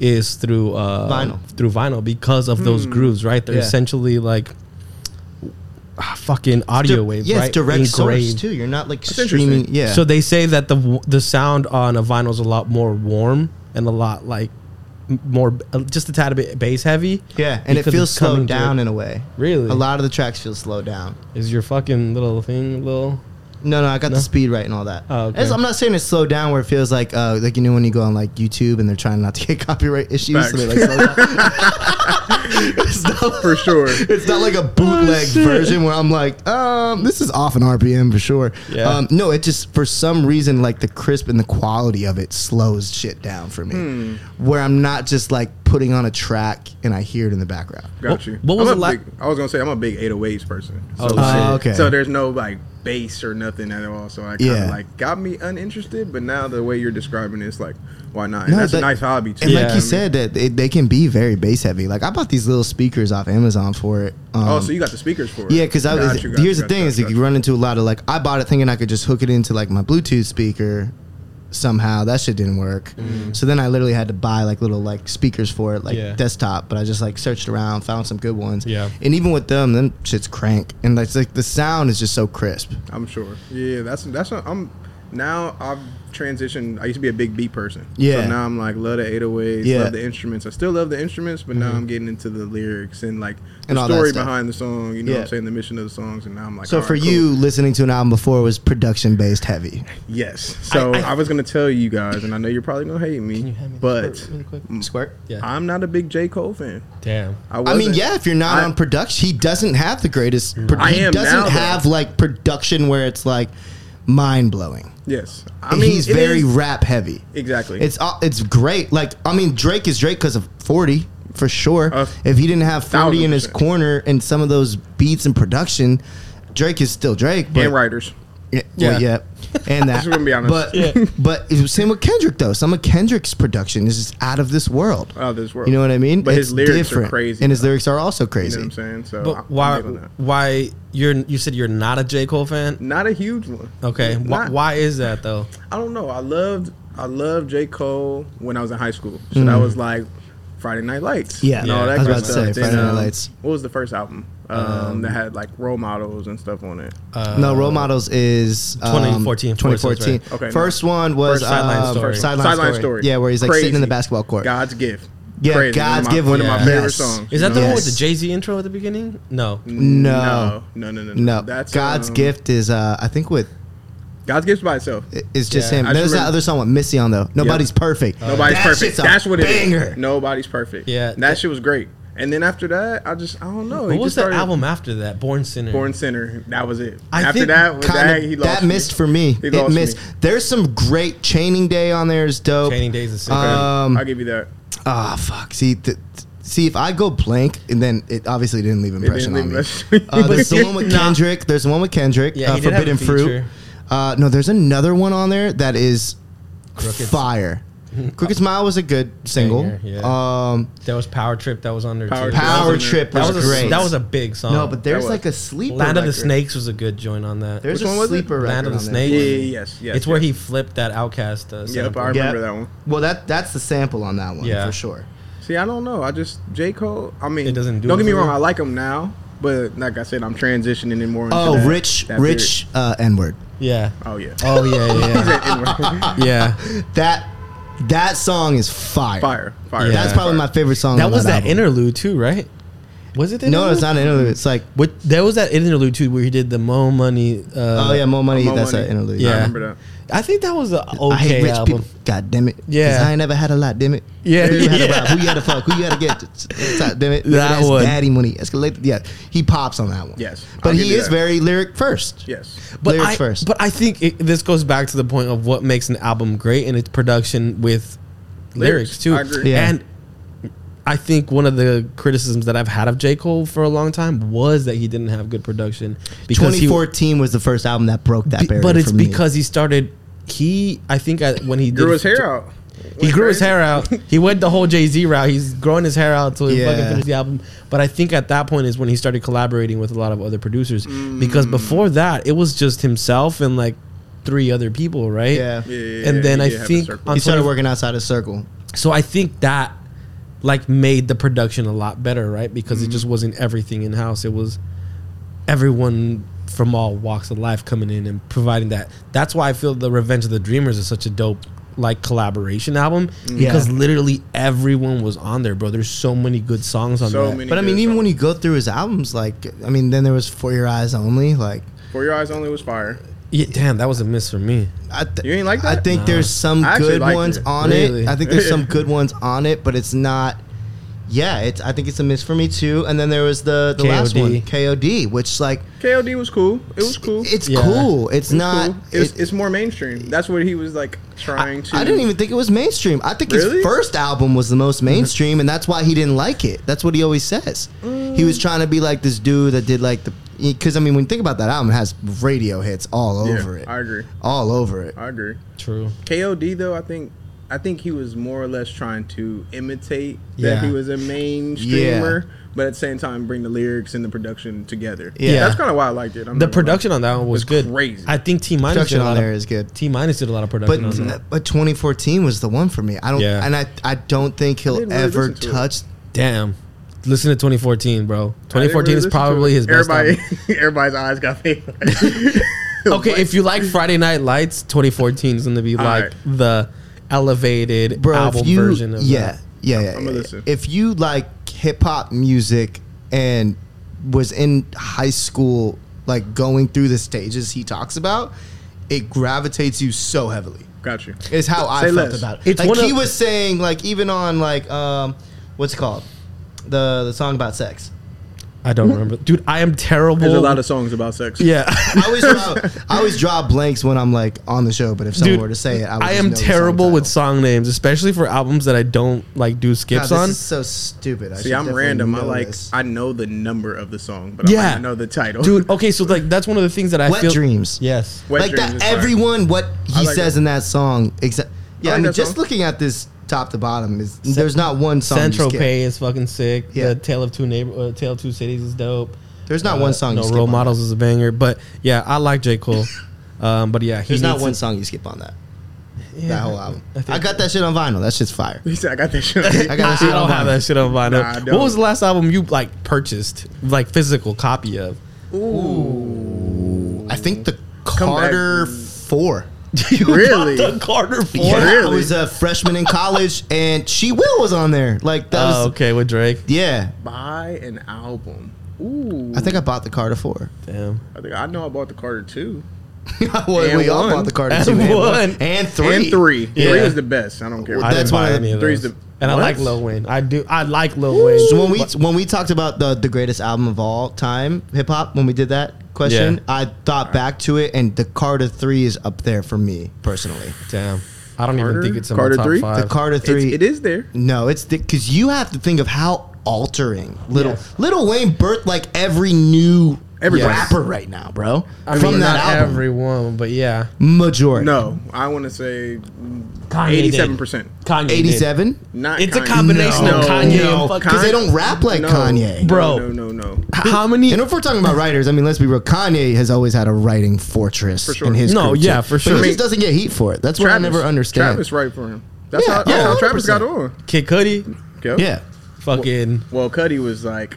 B: is through uh,
A: Vinyl.
B: through vinyl because of those
C: Hmm.
B: grooves, right? They're
A: Yeah.
B: essentially like ah, fucking audio
A: Di-
B: waves,
A: yeah,
B: right?
A: it's direct source
B: Engraved.
A: too. You're not like
C: interesting.
A: streaming. Yeah.
B: So they say that the w- the sound on a vinyl is a lot more warm and a lot like m- more b- uh, just a tad bit bass heavy.
A: yeah, and it
B: because
A: feels
B: it's coming
A: slowed
B: direct.
A: down in a way.
B: Really?
A: A lot of the tracks feel slowed down.
B: Is your fucking little thing little?
A: No, no, I got the speed right and all that.
B: Oh, okay.
A: It's- I'm not saying it's slowed down where it feels like uh, like you know when you go on like YouTube and they're trying not to get copyright issues. So they, like, slow down. it's, not,
C: for sure.
A: it's not like a bootleg
B: Oh, shit.
A: version where I'm like, um, this is off an RPM for sure.
B: Yeah.
A: Um, no, it just for some reason like the crisp and the quality of it slows shit down for me,
B: Hmm.
A: where I'm not just like putting on a track and I hear it in the background.
C: Got
B: What-
C: you.
B: what was
C: I'm a
B: the la-
C: big, I was gonna say I'm a big 808s person. So,
B: Oh,
A: Oh, shit. okay.
C: So there's no like bass or nothing at all. So I kind of
A: Yeah.
C: like got me uninterested. But now the way you're describing it, it's like why not? And
A: No,
C: that's
A: that-
C: a nice hobby too.
A: And
B: Yeah.
A: like um, you said, that they, they can be very bass heavy. Like I bought these little speakers off Amazon for it. Um,
C: oh, so you got the speakers for it?
A: Yeah, because I was.
C: Got you, got
A: here's
C: you,
A: the
C: got you,
A: thing: is
C: got
A: if you run into a lot of like, I bought it thinking I could just hook it into like my Bluetooth speaker. Somehow that shit didn't work.
C: Mm.
A: So then I literally had to buy like little like speakers for it, like
B: Yeah.
A: desktop. But I just like searched around, found some good ones.
B: Yeah.
A: And even with them, then shit's crank, and that's like the sound is just so crisp.
C: I'm sure. Yeah, that's that's. What I'm now. I've transitioned. I used to be a big beat person.
A: Yeah.
C: So now I'm like love the 808s,
A: Yeah. Mm-hmm.
C: love the instruments. I still love the instruments, but now I'm getting into the lyrics and like the
A: And all that
C: story
A: stuff.
C: behind the song. You know what
A: Yeah.
C: I'm saying? The mission of the songs. And now I'm like.
A: So
C: all right,
A: for
C: cool.
A: you, listening to an album before was production based heavy.
C: yes. So I,
B: I-
C: was gonna tell you guys, and I know you're probably gonna hate me,
B: you hand me this
C: but
B: part really quick?
A: Squirt.
B: Yeah.
C: I'm not a big J Cole fan.
B: Damn.
A: I mean,
C: wasn't.
A: yeah, if you're not
C: I- Mm.
A: on production, he doesn't have the greatest. Pro-
C: I
A: he
C: am
A: doesn't
C: now, though.
A: have like production where it's like mind blowing.
C: Yes. I mean,
A: he's
C: it
A: very
C: is-
A: rap heavy.
C: exactly.
A: It's uh, it's great. Like I mean, Drake is Drake because of forty for sure.
C: Uh,
A: if he didn't have forty in his
C: percent.
A: corner and some of those beats and production, Drake is still Drake. But
C: and writers.
A: yeah, well, yeah.
B: Yeah.
A: and that.
C: Just gonna be honest.
A: But but it was same with Kendrick though. Some of Kendrick's production is just out of this world.
C: Out of this world.
A: You know what I mean?
C: Uh, But his lyrics are crazy,
A: and his
C: though.
A: lyrics are also
C: You know
A: crazy.
C: what I'm saying? So I- I'm
B: But why?
C: big on that.
B: Why you're you said you're not a J Cole fan?
C: Not a huge one.
B: Okay. Wh-
C: Not-
B: why is that though?
C: I don't know. I loved I loved J Cole when I was in high school. So that was like Friday Night Lights.
A: Mm. Yeah,
C: and all
B: yeah.
C: that
B: I was
C: kind
A: about
C: of
A: to
C: stuff.
A: say,
C: Then,
A: Friday Night
C: um,
A: Lights.
C: What was the first album um, that had like role models and stuff on it?
B: Uh,
A: No, role models is um,
B: 2014,
A: 2014.
B: Forces,
C: right? Okay,
A: First one was
C: First
B: Sideline
A: um,
B: Story.
A: Sideline, story. Yeah, where he's like sitting in the basketball court.
C: God's gift.
A: Yeah,
C: Crazy.
A: God's
C: one of
A: Gift
C: my, One
A: was-
C: of my favorite
A: yes.
C: songs.
B: Is
C: you
B: that the
C: know?
B: one with the
A: Yes.
B: Jay Z intro at the beginning? No.
A: No.
C: no, no, no,
A: No, God's
C: um,
A: gift is uh, I think with
C: God's gift by itself.
A: it's just
B: Yeah,
A: him.
C: I
A: There's
C: just
A: that
C: remember-
A: other song with Missy on though. Nobody's perfect.
C: Uh, Nobody's
A: That
C: perfect.
A: shit's a
C: That's what it is.
A: banger.
C: Nobody's perfect.
B: Yeah,
C: that,
B: that-
C: shit was great. And then after that, I just I don't know. He
B: What was
C: just
B: that
C: started-
B: album after that? Born Sinner.
C: Born Center. That was it.
A: I
C: after
A: think
C: that, with
A: kinda-
C: that, he lost
A: that missed
C: me.
A: for me.
C: He
A: it
C: lost
A: missed.
C: me.
A: There's some great Chaining Day on there is dope.
B: Chaining Days is sick.
A: Um,
C: I'll give you that.
A: Ah, fuck. See, th- th- see, if I go blank, and then it obviously didn't leave impression
C: leave
A: on me.
C: impression.
A: Uh, there's the one with
B: Nah.
A: Kendrick. There's the one with Kendrick.
B: Yeah,
A: uh,
B: he did have a
A: Forbidden Fruit.
B: feature.
A: Uh, no, there's another one on there that is
B: Crooked's-
A: fire. Crooked Smile was a good single.
B: Banger, yeah.
A: Um,
B: That was Power Trip. That was under
C: Power Trip.
A: Power
C: was in there.
A: Trip
B: That
A: was,
B: was, a,
A: great.
B: that was a big song.
A: no, but there's
C: was.
A: like a sleeper.
B: Land of the
A: record.
B: Snakes was a good joint on that.
A: There's
C: Which
A: a
C: one was it?
A: sleeper record
B: Land of the
A: on there.
B: Snake.
C: yeah, yes, yes.
B: it's where he flipped that Outcast.
C: Yep,
B: Uh,
C: I
B: sample.
C: remember
A: Yeah.
C: that one.
A: Well, that that's the sample on that one
B: Yeah.
A: for sure.
C: See, I don't know. I just J Cole. I mean,
B: It doesn't do
C: not
B: it
C: get me
B: for
C: wrong.
B: you?
C: I like him now, but like I said, I'm transitioning in more. Into
A: Oh,
C: that-
A: Rich,
C: that
A: Rich, uh, N word.
B: yeah.
C: period. Oh yeah.
B: Oh yeah,
C: N-word.
B: yeah, yeah.
A: That that song is fire.
C: fire, fire.
B: Yeah.
A: That's probably my favorite song.
B: that
A: on
B: was that
A: album.
B: interlude too, right? Was it? The
A: No,
B: interlude?
A: it's not an interlude. It's like
B: What, there was that interlude too where he did the Mo Money. Uh,
A: oh yeah, more money.
C: Mo
A: that's
C: Money.
A: an interlude.
B: Yeah.
C: I remember that.
B: I think that was an okay
A: I hate rich
B: album.
A: people. God damn it. 'Cause
B: Yeah.
A: I ain't never had a lot, damn it.
B: Yeah,
A: Who you had to
B: yeah.
A: rob? Who you had to fuck? Who you had to get? It's out, damn it. Look at
B: That
A: his
B: one.
A: Daddy money. Escalate. Yeah. He pops on that one.
C: Yes,
A: But
C: I'll give
A: he
C: you
A: is
C: that.
A: very lyric first.
C: Yes.
B: But
A: lyrics
B: I,
A: first.
B: But I think it, this goes back to the point of what makes an album great and its production with lyrics,
C: Lyrics,
B: too.
C: I agree.
A: Yeah.
B: And I think one of the criticisms that I've had of J. Cole for a long time was that he didn't have good production because he-
A: 2014 was the first album that broke that
B: be-
A: barrier.
B: but it's
A: for me.
B: because he started he, I think, I, when he
C: Grew
B: did-
C: his hair out.
B: he
C: Went
B: grew his
C: crazy.
B: hair out. He went the whole Jay Z route. He's growing his hair out until he fucking
A: Yeah.
B: finished the album. But I think at that point is when he started collaborating with a lot of other producers because
A: Mm.
B: before that it was just himself and like three other people, right?
A: Yeah.
C: Yeah, yeah,
B: and
C: yeah,
B: then
C: he
B: I
C: did have a
B: think
C: circle.
B: on
A: He started
B: 20
A: working outside his circle.
B: So I think that like made the production a lot better, right? Because
C: Mm-hmm.
B: it just wasn't everything in house. It was everyone from all walks of life coming in and providing that. That's why I feel the Revenge of the Dreamers is such a dope like collaboration album because
A: Yeah.
B: literally everyone was on there, bro. There's so many good songs on
C: So
B: that.
C: many.
A: But I mean,
C: good
A: even
C: songs.
A: when you go through his albums, like, I mean, then there was For Your Eyes Only. Like,
C: For your eyes only was fire.
B: Yeah, damn, that was a miss for me.
A: I th-
C: You ain't like
A: I
C: that?
A: think
B: Nah.
A: there's some
C: I actually
A: good
C: liked
A: ones
C: it.
A: on
B: Really?
A: it. I think there's some good ones on it, but it's not. Yeah, it's. I think it's a miss for me too. And then there was the the last
B: KOD.
A: one, KOD, which like
C: KLD was cool. It was cool.
A: it's
B: Yeah.
A: cool. It's,
C: It was
A: not.
C: cool. It's,
A: it-
C: it's more mainstream. That's what he was like trying to.
A: I didn't even think it was mainstream. I think
C: Really? Mm-hmm.
A: his first album was the most mainstream, and that's why he didn't like it. That's what he always says. He
C: Mm.
A: was trying to be like this dude that did like the. Because I mean, when you think about that album, it has radio hits all
C: Yeah,
A: over it,
C: I agree.
A: all over it.
C: I agree.
B: True.
C: KOD though, I think, I think he was more or less trying to imitate
B: Yeah.
C: that he was a mainstreamer, but at the same time bring the lyrics and the production together.
A: Yeah.
C: that's kind of why I liked it. I'm not gonna
B: The
C: lie.
B: production on that one was
C: It's
B: good.
C: crazy.
B: I think T minus did
A: Production
B: a lot
A: on there
B: of
A: is good,
B: T minus did a lot of
A: but
B: production on that.
A: but 2014 was the one for me. I don't,
B: Yeah.
A: and I I don't think he'll
C: didn't really
A: ever
C: listen to it.
A: touch.
B: Damn. Listen to 2014,
C: I
B: bro.
C: didn't
B: 2014
C: really
B: is
C: listen to
B: probably
C: it.
B: his best.
C: Everybody,
B: album.
C: everybody's eyes got big.
B: okay, if you like Friday Night Lights, 2014 is going to be like
C: right.
B: the elevated
A: Bro,
B: album
A: if you,
B: version of
A: yeah,
B: that.
A: yeah, yeah,
C: I'ma
A: yeah, yeah.
C: listen.
A: If you like hip hop music and was in high school, like going through the stages he talks about, it gravitates you so heavily.
C: got you.
A: Is how I
C: Say
A: felt
C: less.
A: about it.
B: It's
A: like
B: one
A: he
B: of-
A: was saying, like even on like um, what's it called, the the song about sex.
B: I don't remember. Dude, I am terrible.
C: There's a lot of songs about sex.
B: Yeah.
A: I always draw, I always draw blanks when I'm like on the show, but if someone
B: Dude,
A: were to say it, I, would
B: I
A: just
B: am
A: know the song
B: terrible with
A: title.
B: song names, especially for albums that I don't like do
A: God,
B: skips
A: this
B: on.
A: is so stupid. I
C: See,
A: should
C: I'm
A: definitely
C: random. I
A: know
C: like.
A: this.
C: I know the number of the song, but I
B: Yeah.
C: might not know the title.
B: Dude, okay, so like that's one of the things that I
A: Wet
B: feel
A: Dreams.
B: Yes.
C: Wet
A: oh, like
C: Dreams
A: that.
C: is fire.
A: Everyone, what
C: I
A: he
C: like
A: says
C: it.
A: in that song, exact. Yeah,
C: I
A: I,
C: like
A: mean,
C: that
A: just
C: song.
A: looking at this top to bottom is there's not one song. you
B: Central
A: skip.
B: Pay is fucking sick.
A: Yeah.
B: The Tale of Two Neighbor uh, Tale of Two Cities is dope.
A: There's not
B: Uh,
A: one song.
B: No
A: you skip
B: Role
A: on
B: Models
A: That.
B: is a banger, but yeah, I like J. Cole. Um, but yeah, he
A: There's not
B: needs
A: one
B: to-
A: song you skip on that.
B: yeah,
A: That whole album.
B: I think-
A: I got that shit on vinyl. That shit's fire.
C: he said, "I got that shit."
A: I got
B: I,
A: that shit
B: I don't
A: on
B: have
A: vinyl.
B: that shit on vinyl.
C: Nah, I
B: what was
C: don't.
B: the last album you like purchased, like physical copy of?
A: I think the
C: Come back.
A: Carter Four.
B: You got
C: Really?
B: the Carter Four.
A: Yeah, I
C: Really?
A: was a freshman in college, and She Will was on there. Like that
B: Oh,
A: was
B: okay, with Drake.
A: yeah.
C: Buy an album. Ooh.
A: I think I bought the Carter Four.
B: Damn.
C: I think I know I bought the Carter two
A: well,
C: And
A: we all
C: one.
A: bought the Carter
B: And
A: Two and
B: one.
A: one and three
C: and three.
B: Yeah.
C: Three is the best. I don't care.
A: Well,
B: I
C: what-
A: that's
B: didn't buy
A: one of the-
B: any of
C: three's
B: those.
C: the-
B: and I
C: What?
B: like Lil Wayne. I do. I like Lil Wayne.
A: So when we when we talked about the the greatest album of all time, hip hop, when we did that question,
B: Yeah.
A: I thought back to it, and the Carter Three is up there for me personally.
B: Damn. I don't
C: Carter?
B: even think it's in
C: Carter
B: my top
C: three?
B: five.
A: The Carter Three,
C: It's, it is there.
A: No, it's because you have to think of how altering little
B: Yes.
A: little Wayne birthed like every new
C: Every
A: rapper right now, bro.
B: I mean,
A: From that
B: not
A: album,
B: everyone, but yeah.
A: majority.
C: No, I want to say
B: Kanye did.
C: eighty-seven percent.
B: Kanye. did.
A: eighty-seven.
C: Not.
B: It's a
C: Kanye.
B: combination
A: of Kanye
B: and fuck-
A: 'Cause they don't rap like Kanye.
B: Bro.
C: No, no, no. no.
B: H- How many?
A: And if we're talking about writers, I mean, let's be real. Kanye has always had a writing fortress
C: For sure.
A: in his
B: No,
A: crew,
B: yeah,
A: too.
B: for
A: But
B: sure.
A: he just doesn't get heat for it. That's what I never understand.
C: Travis right for him. That's
A: Yeah,
C: how,
A: yeah,
C: that's how Travis got
A: 100%.
C: on.
B: Kid Cudi.
C: Yep.
A: Yeah.
B: Fucking.
C: Well, Cuddy was like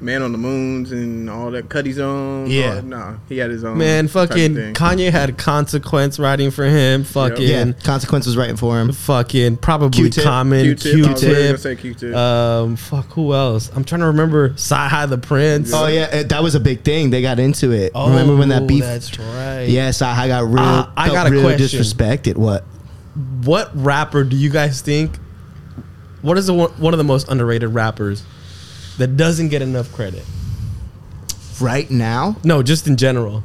C: man on the moons and all that. Cuddy's own.
A: Yeah.
C: All- nah, he had his own.
B: Man,
C: type of
B: fucking
C: thing.
B: Kanye had consequence writing for him. Fucking,
A: Yeah. Consequence was writing for him.
B: fucking, probably
A: Q-Tip.
B: Common,
C: Q-Tip. I was literally
B: Q-Tip.
C: gonna say Q-Tip.
A: Uh,
B: Um, fuck, who else? I'm trying to remember. Sci High the Prince.
A: Oh yeah, eh, that was a big thing. They got into it. Remember when that
B: Oh,
A: beef?
B: That's right.
A: Yes, I, I got real.
B: Ah, I
A: I
B: got a
A: got real
B: question.
A: disrespected. What?
B: What rapper do you guys think? What is the one, one of the most underrated rappers that doesn't get enough credit?
A: Right now,
B: No, just in general.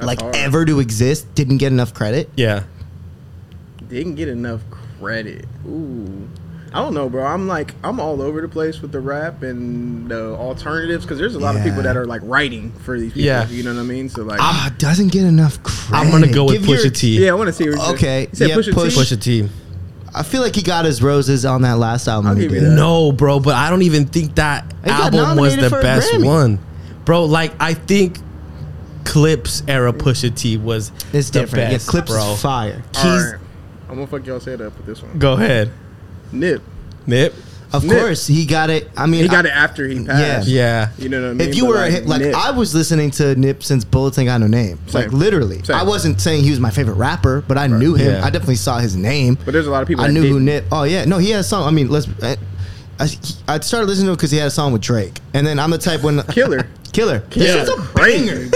A: like
C: hard.
A: ever to exist, didn't get enough credit.
B: Yeah.
C: Didn't get enough credit. Ooh. I don't know, bro. I'm like I'm all over the place with the rap and the alternatives because there's a lot of people
A: Yeah.
C: that are like writing for these people.
B: Yeah.
C: you know what I mean. So like,
A: Ah, doesn't get enough credit.
B: I'm gonna go with
A: Give your-
B: Pusha T.
C: yeah, I want to see. What you said.
A: Okay,
C: You said
A: yeah,
C: Pusha T?
A: push-
B: Pusha T.
A: I feel like he got his roses on that last album.
C: I'll
A: he
C: give you
A: did.
C: that.
B: No, bro, but I don't even think that
A: He got
B: album was
A: nominated
B: the
A: for a
B: best
A: Grammy.
B: one. Bro, like I think Clips era Pusha T was
A: It's
B: the
A: different.
B: best,
A: yeah, clips
B: bro.
A: is fire.
C: All
B: Keys-
C: right. I'm gonna fuck y'all head up with this one.
B: Go ahead.
C: Nip.
B: Nip.
A: Of
C: Nick-
A: course, he got it. I mean,
C: He got it after he passed.
B: Yeah.
C: You know what I mean?
A: If you
C: But,
A: were a hip, like
C: Nip.
A: I was listening to Nip since Bullets Ain't Got No Name, like
C: Same.
A: literally,
C: Same.
A: I wasn't saying he was my favorite rapper, but I knew him.
B: Yeah.
A: I definitely saw his name.
C: But there's a lot of people.
A: I
C: that
A: knew who
C: didn't.
A: Nip. Oh yeah, no, he had a song. I mean, let's. I, I, I started listening to him because he had a song with Drake, and then I'm the type when
C: Killer.
A: killer.
C: Yeah.
A: This is a banger,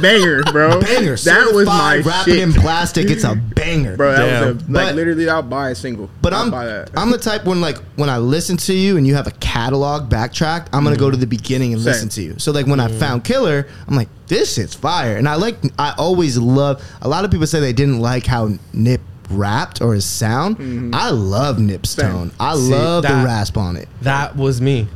C: banger, bro.
A: banger.
C: That was my
A: Certified Wrapped
C: shit,
A: in plastic. It's a banger,
C: bro. That was a,
B: Damn.
C: like
A: But-
C: literally, I'll buy a single.
A: But
C: I'll
A: I'm
C: buy that.
A: I'm the type when like when I listen to you and you have a catalog backtrack, I'm gonna go to the beginning and
C: Mm-hmm. Same. Mm-hmm.
A: listen to you. So like when I found Killer, I'm like, this shit's fire. And I like I always love a lot of people say they didn't like how Nip rapped or his sound. I love Nip's
C: Mm-hmm. Same.
A: tone. I
B: See,
A: love the
B: that-
A: rasp on it.
B: That was me.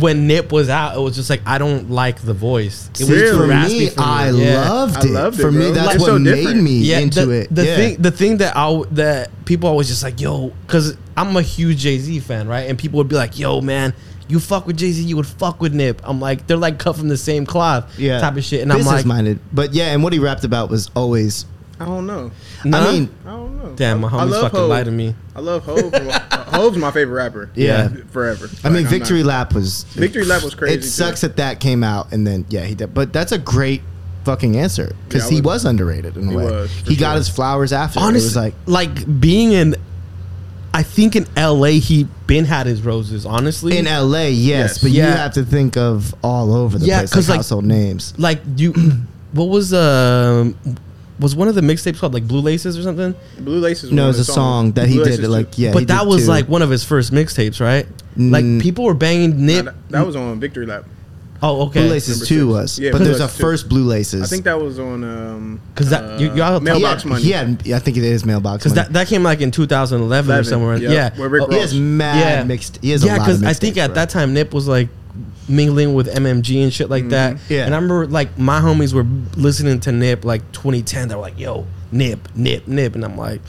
B: When Nip was out, it was just like I don't like the voice. It was
A: See,
B: too
A: for
B: raspy
A: me,
B: me.
A: I
B: Yeah.
A: loved
C: I
A: it.
C: loved it,
A: for me,
C: bro.
A: that's
C: It's
A: what
C: so
A: made
C: different.
A: me into
B: the,
A: it.
B: The
A: Yeah.
B: thing, the thing that I that people always just like, yo, because I'm a huge Jay Z fan, right? And people would be like, yo, man, you fuck with Jay Z, you would fuck with Nip. I'm like, they're like cut from the same cloth,
A: yeah,
B: type of shit. And
A: Business
B: I'm like,
A: minded. But yeah, and what he rapped about was always.
C: I don't know.
B: nah.
A: I mean,
C: I don't know.
B: damn, my
C: I- I
B: homies
C: love
B: fucking
C: Hov.
B: lied to me.
C: I love Hove. Hove's my favorite rapper.
A: Yeah.
C: forever.
A: I mean,
C: Like, I'm
A: Victory
C: not-
A: Lap was
C: Victory Lap was crazy.
A: It sucks that that came out, and then yeah, he did. But that's a great fucking answer
C: Yeah,
A: because
C: I
A: he
C: would-
A: was underrated in a
C: He
A: way.
C: was, for
A: he got
C: sure.
A: his flowers after. it was
B: Honestly,
A: like
B: like being in, I think in L.A. he been had his roses. Honestly,
A: in L.A. Yes,
C: Yes.
A: but you
B: Yeah.
A: have to think of all over the
B: Yeah,
A: place,
B: 'cause,
A: like
B: like-
A: household names.
B: like you, what was um. Was one of the mixtapes called like Blue Laces or something?
C: Blue Laces.
A: No,
C: one
A: it's a
C: of the
A: song
C: songs.
A: that he
C: Blue
A: did.
C: Laces
A: Like
C: two.
A: yeah, he
B: but that
A: did
B: was
A: too. Mm.
B: like one of his first mixtapes, right? Like people were banging
C: No,
B: Nip.
C: that, that was on Victory Lap.
B: Oh, okay.
A: Blue Laces
C: number
A: Two
C: six.
A: was,
C: Yeah,
A: but
C: Blue
A: there's a
C: Laces two.
A: first Blue Laces.
C: I think that was on um
B: 'Cause that- you- y'all-
C: mailbox
A: yeah,
C: money.
A: Yeah, I think it is mailbox
B: Because
A: money.
B: that, that came like in 2011 or
C: Eleven,
B: somewhere.
C: yeah,
B: Yeah.
C: where Rick
B: Oh,
A: he has
C: Ross.
A: mad
B: yeah.
A: mixed. He has a
B: yeah,
A: lot of
B: because I think
A: mixtapes,
B: at
A: bro.
B: that time Nip was like mingling with MMG and shit like that.
A: Mm-hmm. Yeah.
B: And I remember like my homies were listening to Nip like 2010. They were like, yo, Nip, Nip, Nip. And I'm like,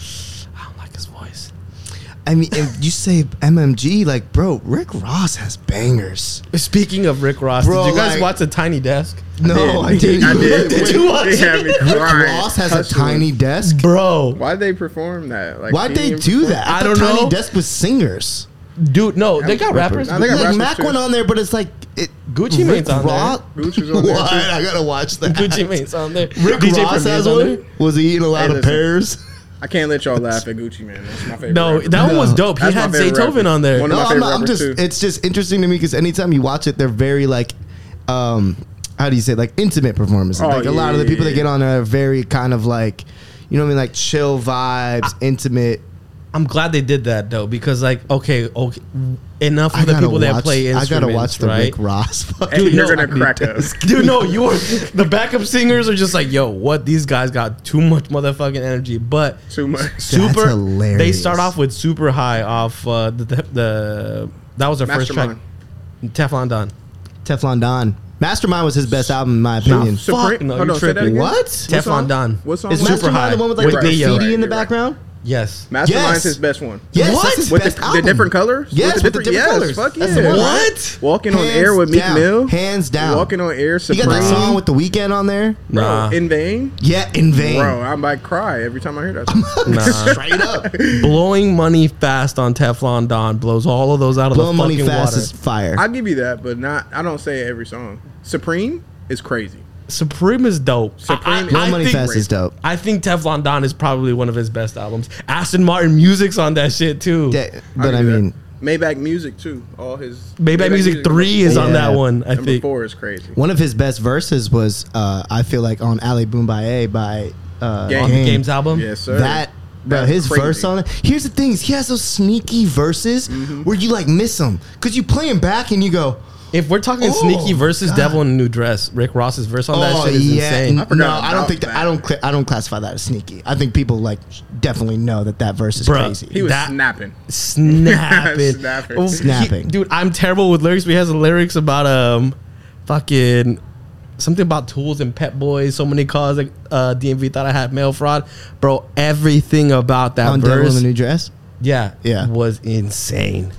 B: I don't like his voice.
A: I mean, if you say MMG, like bro, Rick Ross has bangers.
B: Speaking of Rick Ross,
A: Bro,
B: did you guys
A: like-
B: watch The Tiny Desk?
A: No, I didn't.
C: I did.
B: Did you watch
C: They had me crying.
A: Ross has a
C: Hustling.
A: tiny desk.
B: Bro,
C: Why'd they perform that? Like,
A: Why'd
C: can
A: they
C: you
A: do
C: perform-
A: that?
B: I
A: thought
B: don't
A: tiny
B: know.
A: desk was singers.
B: dude, no, they got rappers.
C: rappers. I think I
A: like
C: rappers
A: Mac
C: too.
A: went on there, but it's like it,
B: Gucci Mane's on
A: Ross-
C: Gucci was on there,
A: what?
C: too.
A: I gotta watch that.
B: Gucci Mane's on there.
A: Rick
B: DJ
A: Ross
B: Premier's
A: has
B: on
A: one.
B: there.
A: Was he eating a lot
C: Hey,
A: of
C: listen.
A: pears?
C: I can't let y'all laugh at Gucci Man. That's my favorite.
B: No,
C: rapper.
B: that one was
A: No.
B: dope. He
C: That's my
B: had
C: favorite
B: Zaytoven
C: rapper.
B: on there.
C: One
A: No,
C: of my
A: I'm,
C: favorite
A: not- I'm
C: rappers,
A: just.
C: too.
A: It's just interesting to me because anytime you watch it, they're very like. um how do you say like intimate performances?
C: Oh,
A: like a
C: yeah,
A: lot of the
C: yeah,
A: people that
C: yeah.
A: get on there are very kind of like, you know what I mean, like chill vibes, intimate.
B: I'm glad they did that though, because like, okay, okay, enough of the
A: gotta
B: people that
A: watch-
B: play
A: I
B: instruments,
A: gotta watch the
B: right?
A: Rick Ross.
C: And
A: fucking
C: you're
B: no,
C: gonna
B: I
C: crack up.
B: Dude, no, you are the backup singers are just like, yo, what? These guys got too much motherfucking energy, but
C: Too much.
B: super. They
A: hilarious.
B: start off with super high off uh, the, the the that was their first track,
C: Mastermind.
B: Teflon Don.
A: Teflon Don. Mastermind was his best album in my opinion.
C: Supreme-
B: Fuck, no,
C: Hold
B: you
C: on, say that
B: tripping?
C: again.
A: What?
B: Teflon
C: song?
B: Don.
C: What song?
A: Is
C: was
B: Super
A: Mastermind
B: High
A: the one with like
B: with
A: the
B: Neo.
A: graffiti in the
C: Right, right.
A: background?
B: Yes,
A: Yes.
C: Mastermind's his best one.
A: Yes,
B: What?
A: that's his
C: With
A: best
C: the, the
A: album.
C: different colors?
A: Yes,
C: with the different, yes,
A: colors.
C: Fuck yeah.
A: That's the one.
B: What?
C: Walking on
A: Hands
C: air with Meek
A: down.
C: Mill.
A: Hands down.
C: Walking on air.
A: He
C: Supreme.
A: got that song with the weekend on there.
C: Bro,
B: nah,
C: in vain.
A: Yeah, in vain.
C: Bro, I might cry every time I hear that. song.
B: nah.
A: Straight up.
B: blowing money fast on Teflon Don blows all of those out of
A: Blow
B: the
A: money
B: fucking
A: fast
B: water.
A: is fire.
C: I'll give you that, but not. I don't say every song. Supreme is crazy.
B: Supreme is dope. I,
C: Supreme-
B: I,
A: Blow
B: I
A: money
B: think,
A: fast is dope.
B: I think Teflon Don is probably one of his best albums. Aston Martin music's on that shit too.
A: Yeah,
C: I'll
A: but
C: give
A: I
C: you that.
A: mean,
C: Maybach Music too. All his
B: Maybach Music Three is on
A: Yeah.
B: that one. I
C: number
B: think.
C: four is crazy.
A: one of his best verses was uh, I feel like on Ali Boombae by uh,
C: Game.
B: On the Game's album.
C: Yes, sir.
A: That Bro,
C: That's
A: his
C: crazy.
A: verse on it. Here's the thing: is he has those sneaky verses where you like miss them because you play him back and you go,
B: If we're talking
A: Oh,
B: sneaky versus devil in a new dress, Rick Ross's verse on that
A: "Oh
B: shit is
A: yeah."
B: insane.
A: No,
C: forgot
A: I don't
C: about
A: think that, I
C: that.
A: don't cl- I don't classify that as sneaky. I think people like definitely know that that verse is
B: Bruh.
A: crazy.
C: He was
B: That-
C: snapping.
B: snapping,
C: Snapping.
B: Oh, he-
A: Snapping.
B: dude. I'm terrible with lyrics. But he has lyrics about um, fucking something about tools and pet boys. So many calls. Like uh, DMV thought I had mail fraud, bro. Everything about that
A: on Devil in
B: verse,
A: the New Dress.
B: yeah,
A: Yeah.
B: was insane.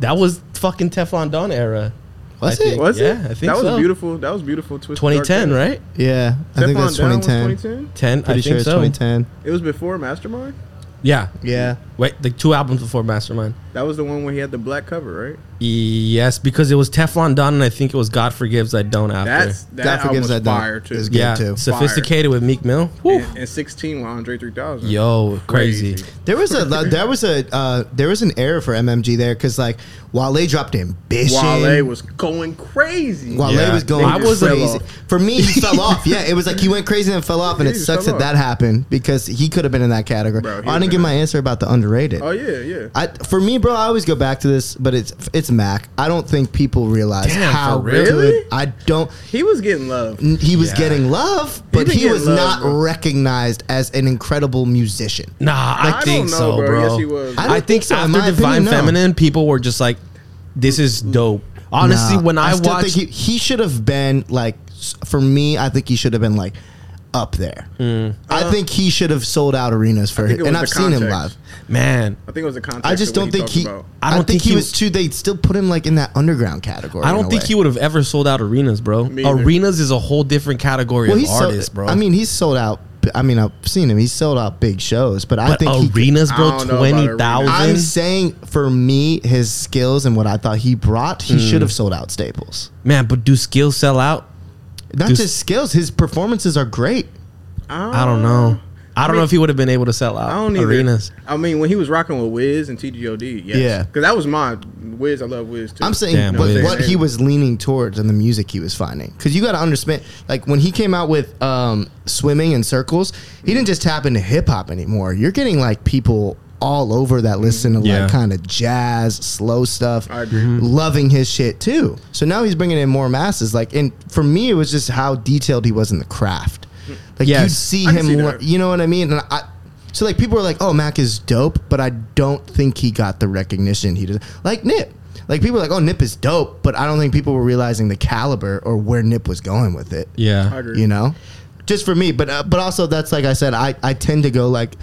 B: That was fucking Teflon Don era.
A: Was
B: I
A: it?
B: think.
C: Was
B: yeah,
C: it?
B: I think
C: that was
B: so.
C: beautiful. That was beautiful. Twist.
B: 2010, right?
A: Yeah, I think that's 2010.
C: 2010.
B: Ten.
A: Pretty
B: I think
A: sure it's
B: so.
A: 2010.
C: It was before Mastermind.
B: Yeah.
A: Yeah.
B: Wait, like two albums before Mastermind.
C: That was the one where he had the black cover, right?
B: Yes, because it was Teflon Don, and I think it was God Forgives I Don't after.
C: That's that
A: God forgives I
C: album was
A: don't.
C: fire too.
A: It's good.
B: yeah,
A: too.
B: sophisticated with Meek Mill. Whew.
C: And, and 16 with Andre 3000.
B: Yo, crazy.
C: Crazy.
A: There was a there was a uh, there was an error for MMG there because like Wale dropped ambition.
C: Wale was going crazy.
A: Wale
B: Yeah.
A: was going.
B: I
A: I was
B: wasn't-
A: crazy. For me, he fell off. Yeah, it was like he went crazy and fell off, and
C: Yeah,
A: it
C: he
A: sucks
C: fell
A: that that happened because he could have been in that category.
C: Bro, he
A: I
C: would've
A: didn't
C: been
A: give my answer about the underrated.
C: Oh yeah, yeah.
A: I, for me, bro, I always go back to this, but it's it's Mac. I don't think people realize
B: Damn,
A: how
B: for real?
A: good. I don't.
C: he was getting love.
A: He was
B: Yeah.
A: getting love, but
C: been
A: he,
C: getting
A: was
C: love,
A: not
C: bro.
A: recognized as an incredible musician.
B: Nah, I,
C: I
B: think
C: don't know,
B: so, bro.
C: bro. Yes, he was. I
B: I,
A: don't
B: think,
A: think so, in
B: after
A: my
B: Divine
A: opinion, no.
B: Feminine, people were just like, "This is
C: Mm.
B: dope." Honestly,
A: Nah,
B: when I,
A: still
B: watched,
A: think he, he should have been like, s- for me, I think he should have been like up there.
B: Uh,
A: I think he should have sold out arenas for
C: Hmm. think
A: him,
C: it
A: and
C: was
A: I've
C: the
A: seen him live.
C: context.
B: man,
C: I think it was the context.
A: I just
C: of
A: don't
C: what
A: think
C: talked
A: he.
C: about.
A: I don't think, he was too. They still put him like in that underground category.
B: I
A: in
B: don't
A: a
B: think
A: way.
B: he would have ever sold out arenas, bro.
C: Me either.
B: Arenas is a whole different category of
A: sold-
B: artists, bro.
A: I mean, he's sold out. I mean, I've seen him. He's sold out big shows, but I
B: but
A: think he.
B: arenas,
C: I
B: bro,
C: don't know about arenas.
B: twenty
A: I'm
B: thousand.
A: saying for me, his skills and what I thought he brought,
B: Hmm.
A: he should have sold out Staples.
B: Man, but do skills sell out?
A: Not
B: Dude.
A: just skills; his performances are great.
B: I don't
A: Uh,
B: know. I don't know if he would have been able to sell out
C: I don't either.
B: arenas.
C: I mean, when he was rocking with Wiz and TGOD, yes.
A: Yeah.
C: because that was my Wiz. I love Wiz too.
A: I'm saying
B: Damn,
A: what,
B: Wiz.
A: what he was leaning towards and the music he was finding. Because you got to understand, like when he came out with um, swimming in circles, he didn't just tap into hip hop anymore. You're getting like people all over that listen to
B: Yeah.
A: like kind of jazz, slow stuff.
C: I agree. Mm-hmm.
A: Loving his shit too. So now he's bringing in more masses. Like, and for me, it was just how detailed he was in the craft. Like you'd
B: Yes.
A: see
C: I can
A: him,
C: see
A: lear-
C: that.
A: you know what I mean? And I, so like people are like, "Oh, Mac is dope," but I don't think he got the recognition he did. Like Nip, like people are like, "Oh, Nip is dope," but I don't think people were realizing the caliber or where Nip was going with it.
C: I
B: Yeah,
C: agree.
A: you know, just for me. But uh, but also that's like I said, I I tend to go like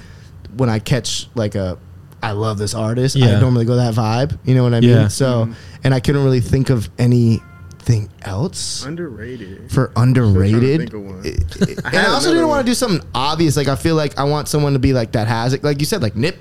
A: when I catch like a. I love this artist. I
B: Yeah.
A: normally go that vibe. You know what I mean?
B: Yeah.
A: So,
C: Mm-hmm.
A: and I couldn't really think of anything else
C: underrated.
A: for
C: think
A: underrated.
C: of one.
A: I- I- and
C: had
A: I also
C: another
A: didn't want
C: one.
A: to do something obvious. Like I feel like I want someone to be like that has it. Like you said, like Nip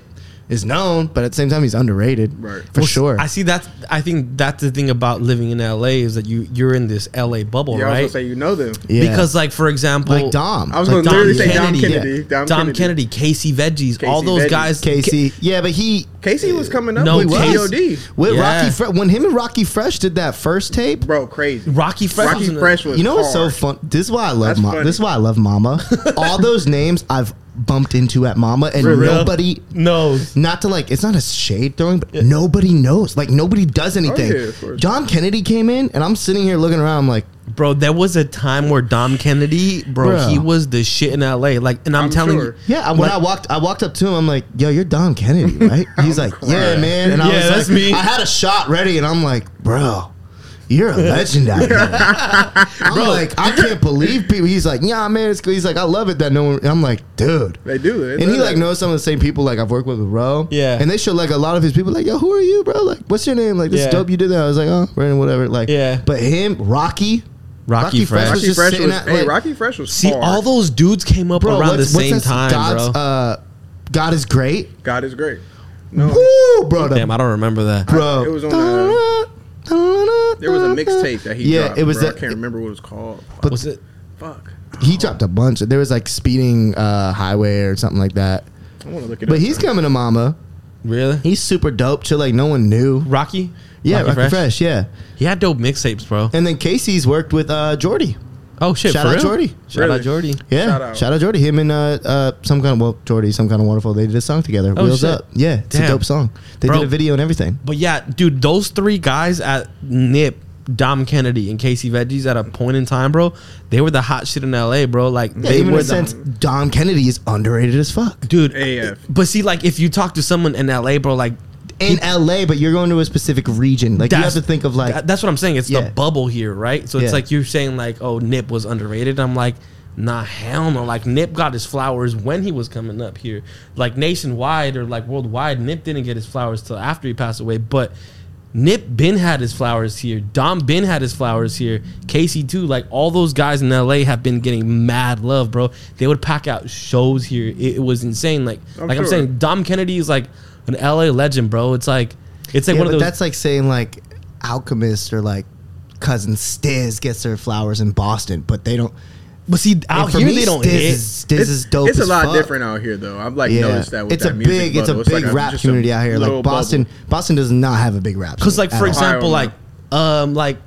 A: is known, but at the same time he's underrated.
C: Right.
A: For sure.
B: I see that. I think that's the thing about living in LA is that you you're in this LA bubble,
C: Yeah, I
B: right?
C: was gonna say you know them.
A: yeah.
B: Because, like for example,
A: like Dom.
C: I was
A: like
C: gonna literally
A: Dom
C: say Dom
A: Kennedy,
C: Kennedy.
A: yeah.
C: Dom,
B: Dom
C: Kennedy.
B: Kennedy, Casey Veggies, all
C: Casey
B: those
C: Veggies.
B: guys.
A: Casey. Yeah, but he
C: Casey was coming up
B: No,
C: with
B: he was.
C: TGOD.
A: with
B: Yeah.
A: Rocky Fre- when him and Rocky Fresh did that first tape.
C: Bro, crazy.
B: Rocky Fresh.
C: Rocky
B: was in the-
C: Fresh was
A: You know what's so
C: hard.
A: fun? This is why I love
C: That's
A: Ma-
C: funny.
A: this is why I love Mama. All those names I've bumped into at Mama and
B: real?
A: nobody
B: knows.
A: not to like it's not a shade throwing but nobody knows like nobody does anything
C: Oh, yeah, of course.
A: Dom Kennedy came in and I'm sitting here looking around I'm like
B: Bro, there was a time where Dom Kennedy, bro,
A: Bro.
B: he was the shit in LA. Like, and I'm,
C: I'm
B: telling
C: sure.
B: you,
A: yeah when I walked I walked up to him I'm like yo you're Dom Kennedy right he's like yeah man and I
B: Oh, Yeah,
A: was
B: that's
A: like
B: me.
A: I had a shot ready and I'm like bro you're a legend out here I'm like I can't believe people he's like yeah man it's cool he's like I love it that no one and I'm like dude
C: They do. They
A: and he
C: love
A: like
C: that.
A: knows some of the same people like I've worked with with Ro.
B: Yeah.
A: And they show like a lot of his people like, yo, who are you, bro? Like, what's your name? Like, this is
B: Yeah.
A: dope you did that. I was like, oh, Brandon, whatever. Like,
B: Yeah.
A: But him, Rocky,
B: Rocky, Fresh.
A: was
C: Rocky
A: just
C: Fresh
A: sitting
C: was.
A: at,
C: hey,
A: like-
C: Rocky Fresh was.
B: See,
C: hard.
B: all those dudes came up around the
A: what's- what's
B: same
A: that-
B: time,
A: God's,
B: bro.
A: Uh, God is great.
C: God is great. No,
A: Woo, bro. the-
B: Damn, I don't remember that.
A: bro.
C: It was on the- there was a mixtape that he.
A: Yeah,
C: dropped,
A: it was.
C: Bro. I
A: that-
C: can't remember what it was called.
A: But
B: was it?
C: Fuck.
A: he dropped a bunch. There was like speeding uh, highway or something like that.
C: I want to look it
A: But
C: up.
A: he's coming to Mama.
B: Really?
A: He's super dope. Chill, like no one knew.
B: Rocky?
A: Yeah, Rocky, Fresh. Yeah,
B: He had dope mixtapes, bro.
A: and then Casey's worked with uh, Jordy.
B: Oh shit!
A: Shout
B: for
A: out
B: real?
A: Jordy.
B: Shout out
C: Really?
B: Jordy.
A: Yeah, shout
C: Shout
A: out,
C: out.
A: Jordy. Him and uh, uh, some kind of well, Jordy, some kind of wonderful. They did a song together.
B: Oh,
A: Wheels
B: shit.
A: up. Yeah, it's a
B: Damn.
A: dope song. They
B: Bro.
A: did a video and everything.
B: But yeah, dude, those three guys at Nip, Dom Kennedy, and Casey Veggies at a point in time, bro, they were the hot shit in LA, bro. Like
A: Yeah,
B: they
A: even in
B: were
A: a
B: the
A: sense, Dom Kennedy is underrated as fuck
B: dude.
C: AF.
B: But see, like if you talk to someone in LA, bro, like
A: in LA. But you're going to a specific region. Like you have
B: That's-
A: to think of like
B: that- that's what I'm saying. It's
A: Yeah.
B: the bubble here, right? So
A: Yeah.
B: it's like you're saying like, oh, Nip was underrated. I'm like, nah, hell no. Like Nip got his flowers when he was coming up here, like nationwide or like worldwide. Nip didn't get his flowers till after he passed away, but. Nip Ben had his flowers here. Dom Ben had his flowers here. Casey too. Like all those guys in LA have been getting mad love, bro. They would pack out shows here. It, it was insane. Like,
C: I'm
B: like I'm
C: sure.
B: saying, Dom Kennedy is like an LA legend, bro. It's like, it's like
A: yeah,
B: one of
A: but
B: those.
A: that's like saying like Alchemist or like cousin Stiz gets their flowers in Boston, but they don't.
B: But see, out
A: and for
B: here
A: me,
B: they don't
A: Stiz
B: hit.
A: is, Stiz is dope.
C: It's a
A: as
C: lot
A: fuck.
C: different out here though. I've like
A: Yeah,
C: noticed that with
A: it's
C: that
A: a
C: music
A: big, it's a
C: bubble.
A: big
C: like
A: rap
C: just a
A: community out here.
C: little
A: Like Boston,
C: bubble.
A: Boston does not have a big rap.
B: Because,
A: scene
B: like,
A: at
B: for
A: all.
B: example, like,
C: Ohio,
B: um, like,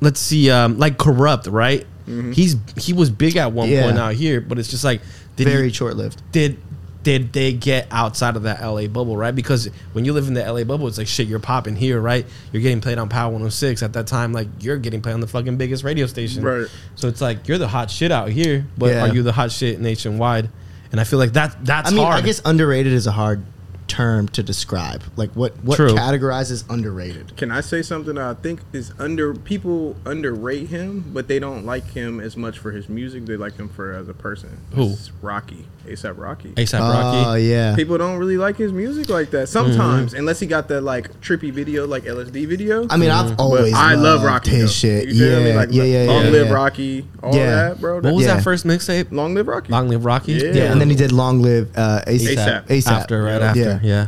B: let's see, um, like corrupt, right? He's he was big at one
A: Mm-hmm. Yeah.
B: point out here, but it's just like did he-
A: very short lived.
B: did did they get outside of that LA bubble, right? Because when you live in the LA bubble, it's like shit, you're popping here, right? You're getting played on Power 106 at that time, like you're getting played on the fucking biggest radio station.
C: Right.
B: So it's like you're the hot shit out here, but
A: Yeah.
B: are you the hot shit nationwide? And I feel like that that's
A: I mean,
B: hard.
A: I guess underrated is a hard term to describe. Like what what
B: True.
A: categorizes underrated?
C: Can I say something that I think is under people underrate him, but they don't like him as much for his music. They like him for as a person.
B: Who?
C: It's Rocky, ASAP Rocky.
B: ASAP
A: Oh
B: Rocky.
A: yeah,
C: People don't really like his music like that
B: Mm-hmm.
C: sometimes, unless he got that like trippy video, like LSD video.
A: I mean, I've always
C: I love
A: loved
C: Rocky.
A: his
C: though.
A: shit.
C: You feel me?
A: Yeah,
C: Like,
A: yeah, yeah, yeah,
C: Long
A: yeah,
C: live
A: yeah.
C: Rocky. All
A: Yeah.
C: that, bro.
B: What was
A: Yeah.
B: that first mixtape?
C: Long live Rocky.
B: Long Live Rocky.
C: Yeah.
A: Yeah, and then he did "Long Live" uh, ASAP.
C: ASAP.
A: ASAP.
B: after, right after,
A: Yeah.
B: yeah.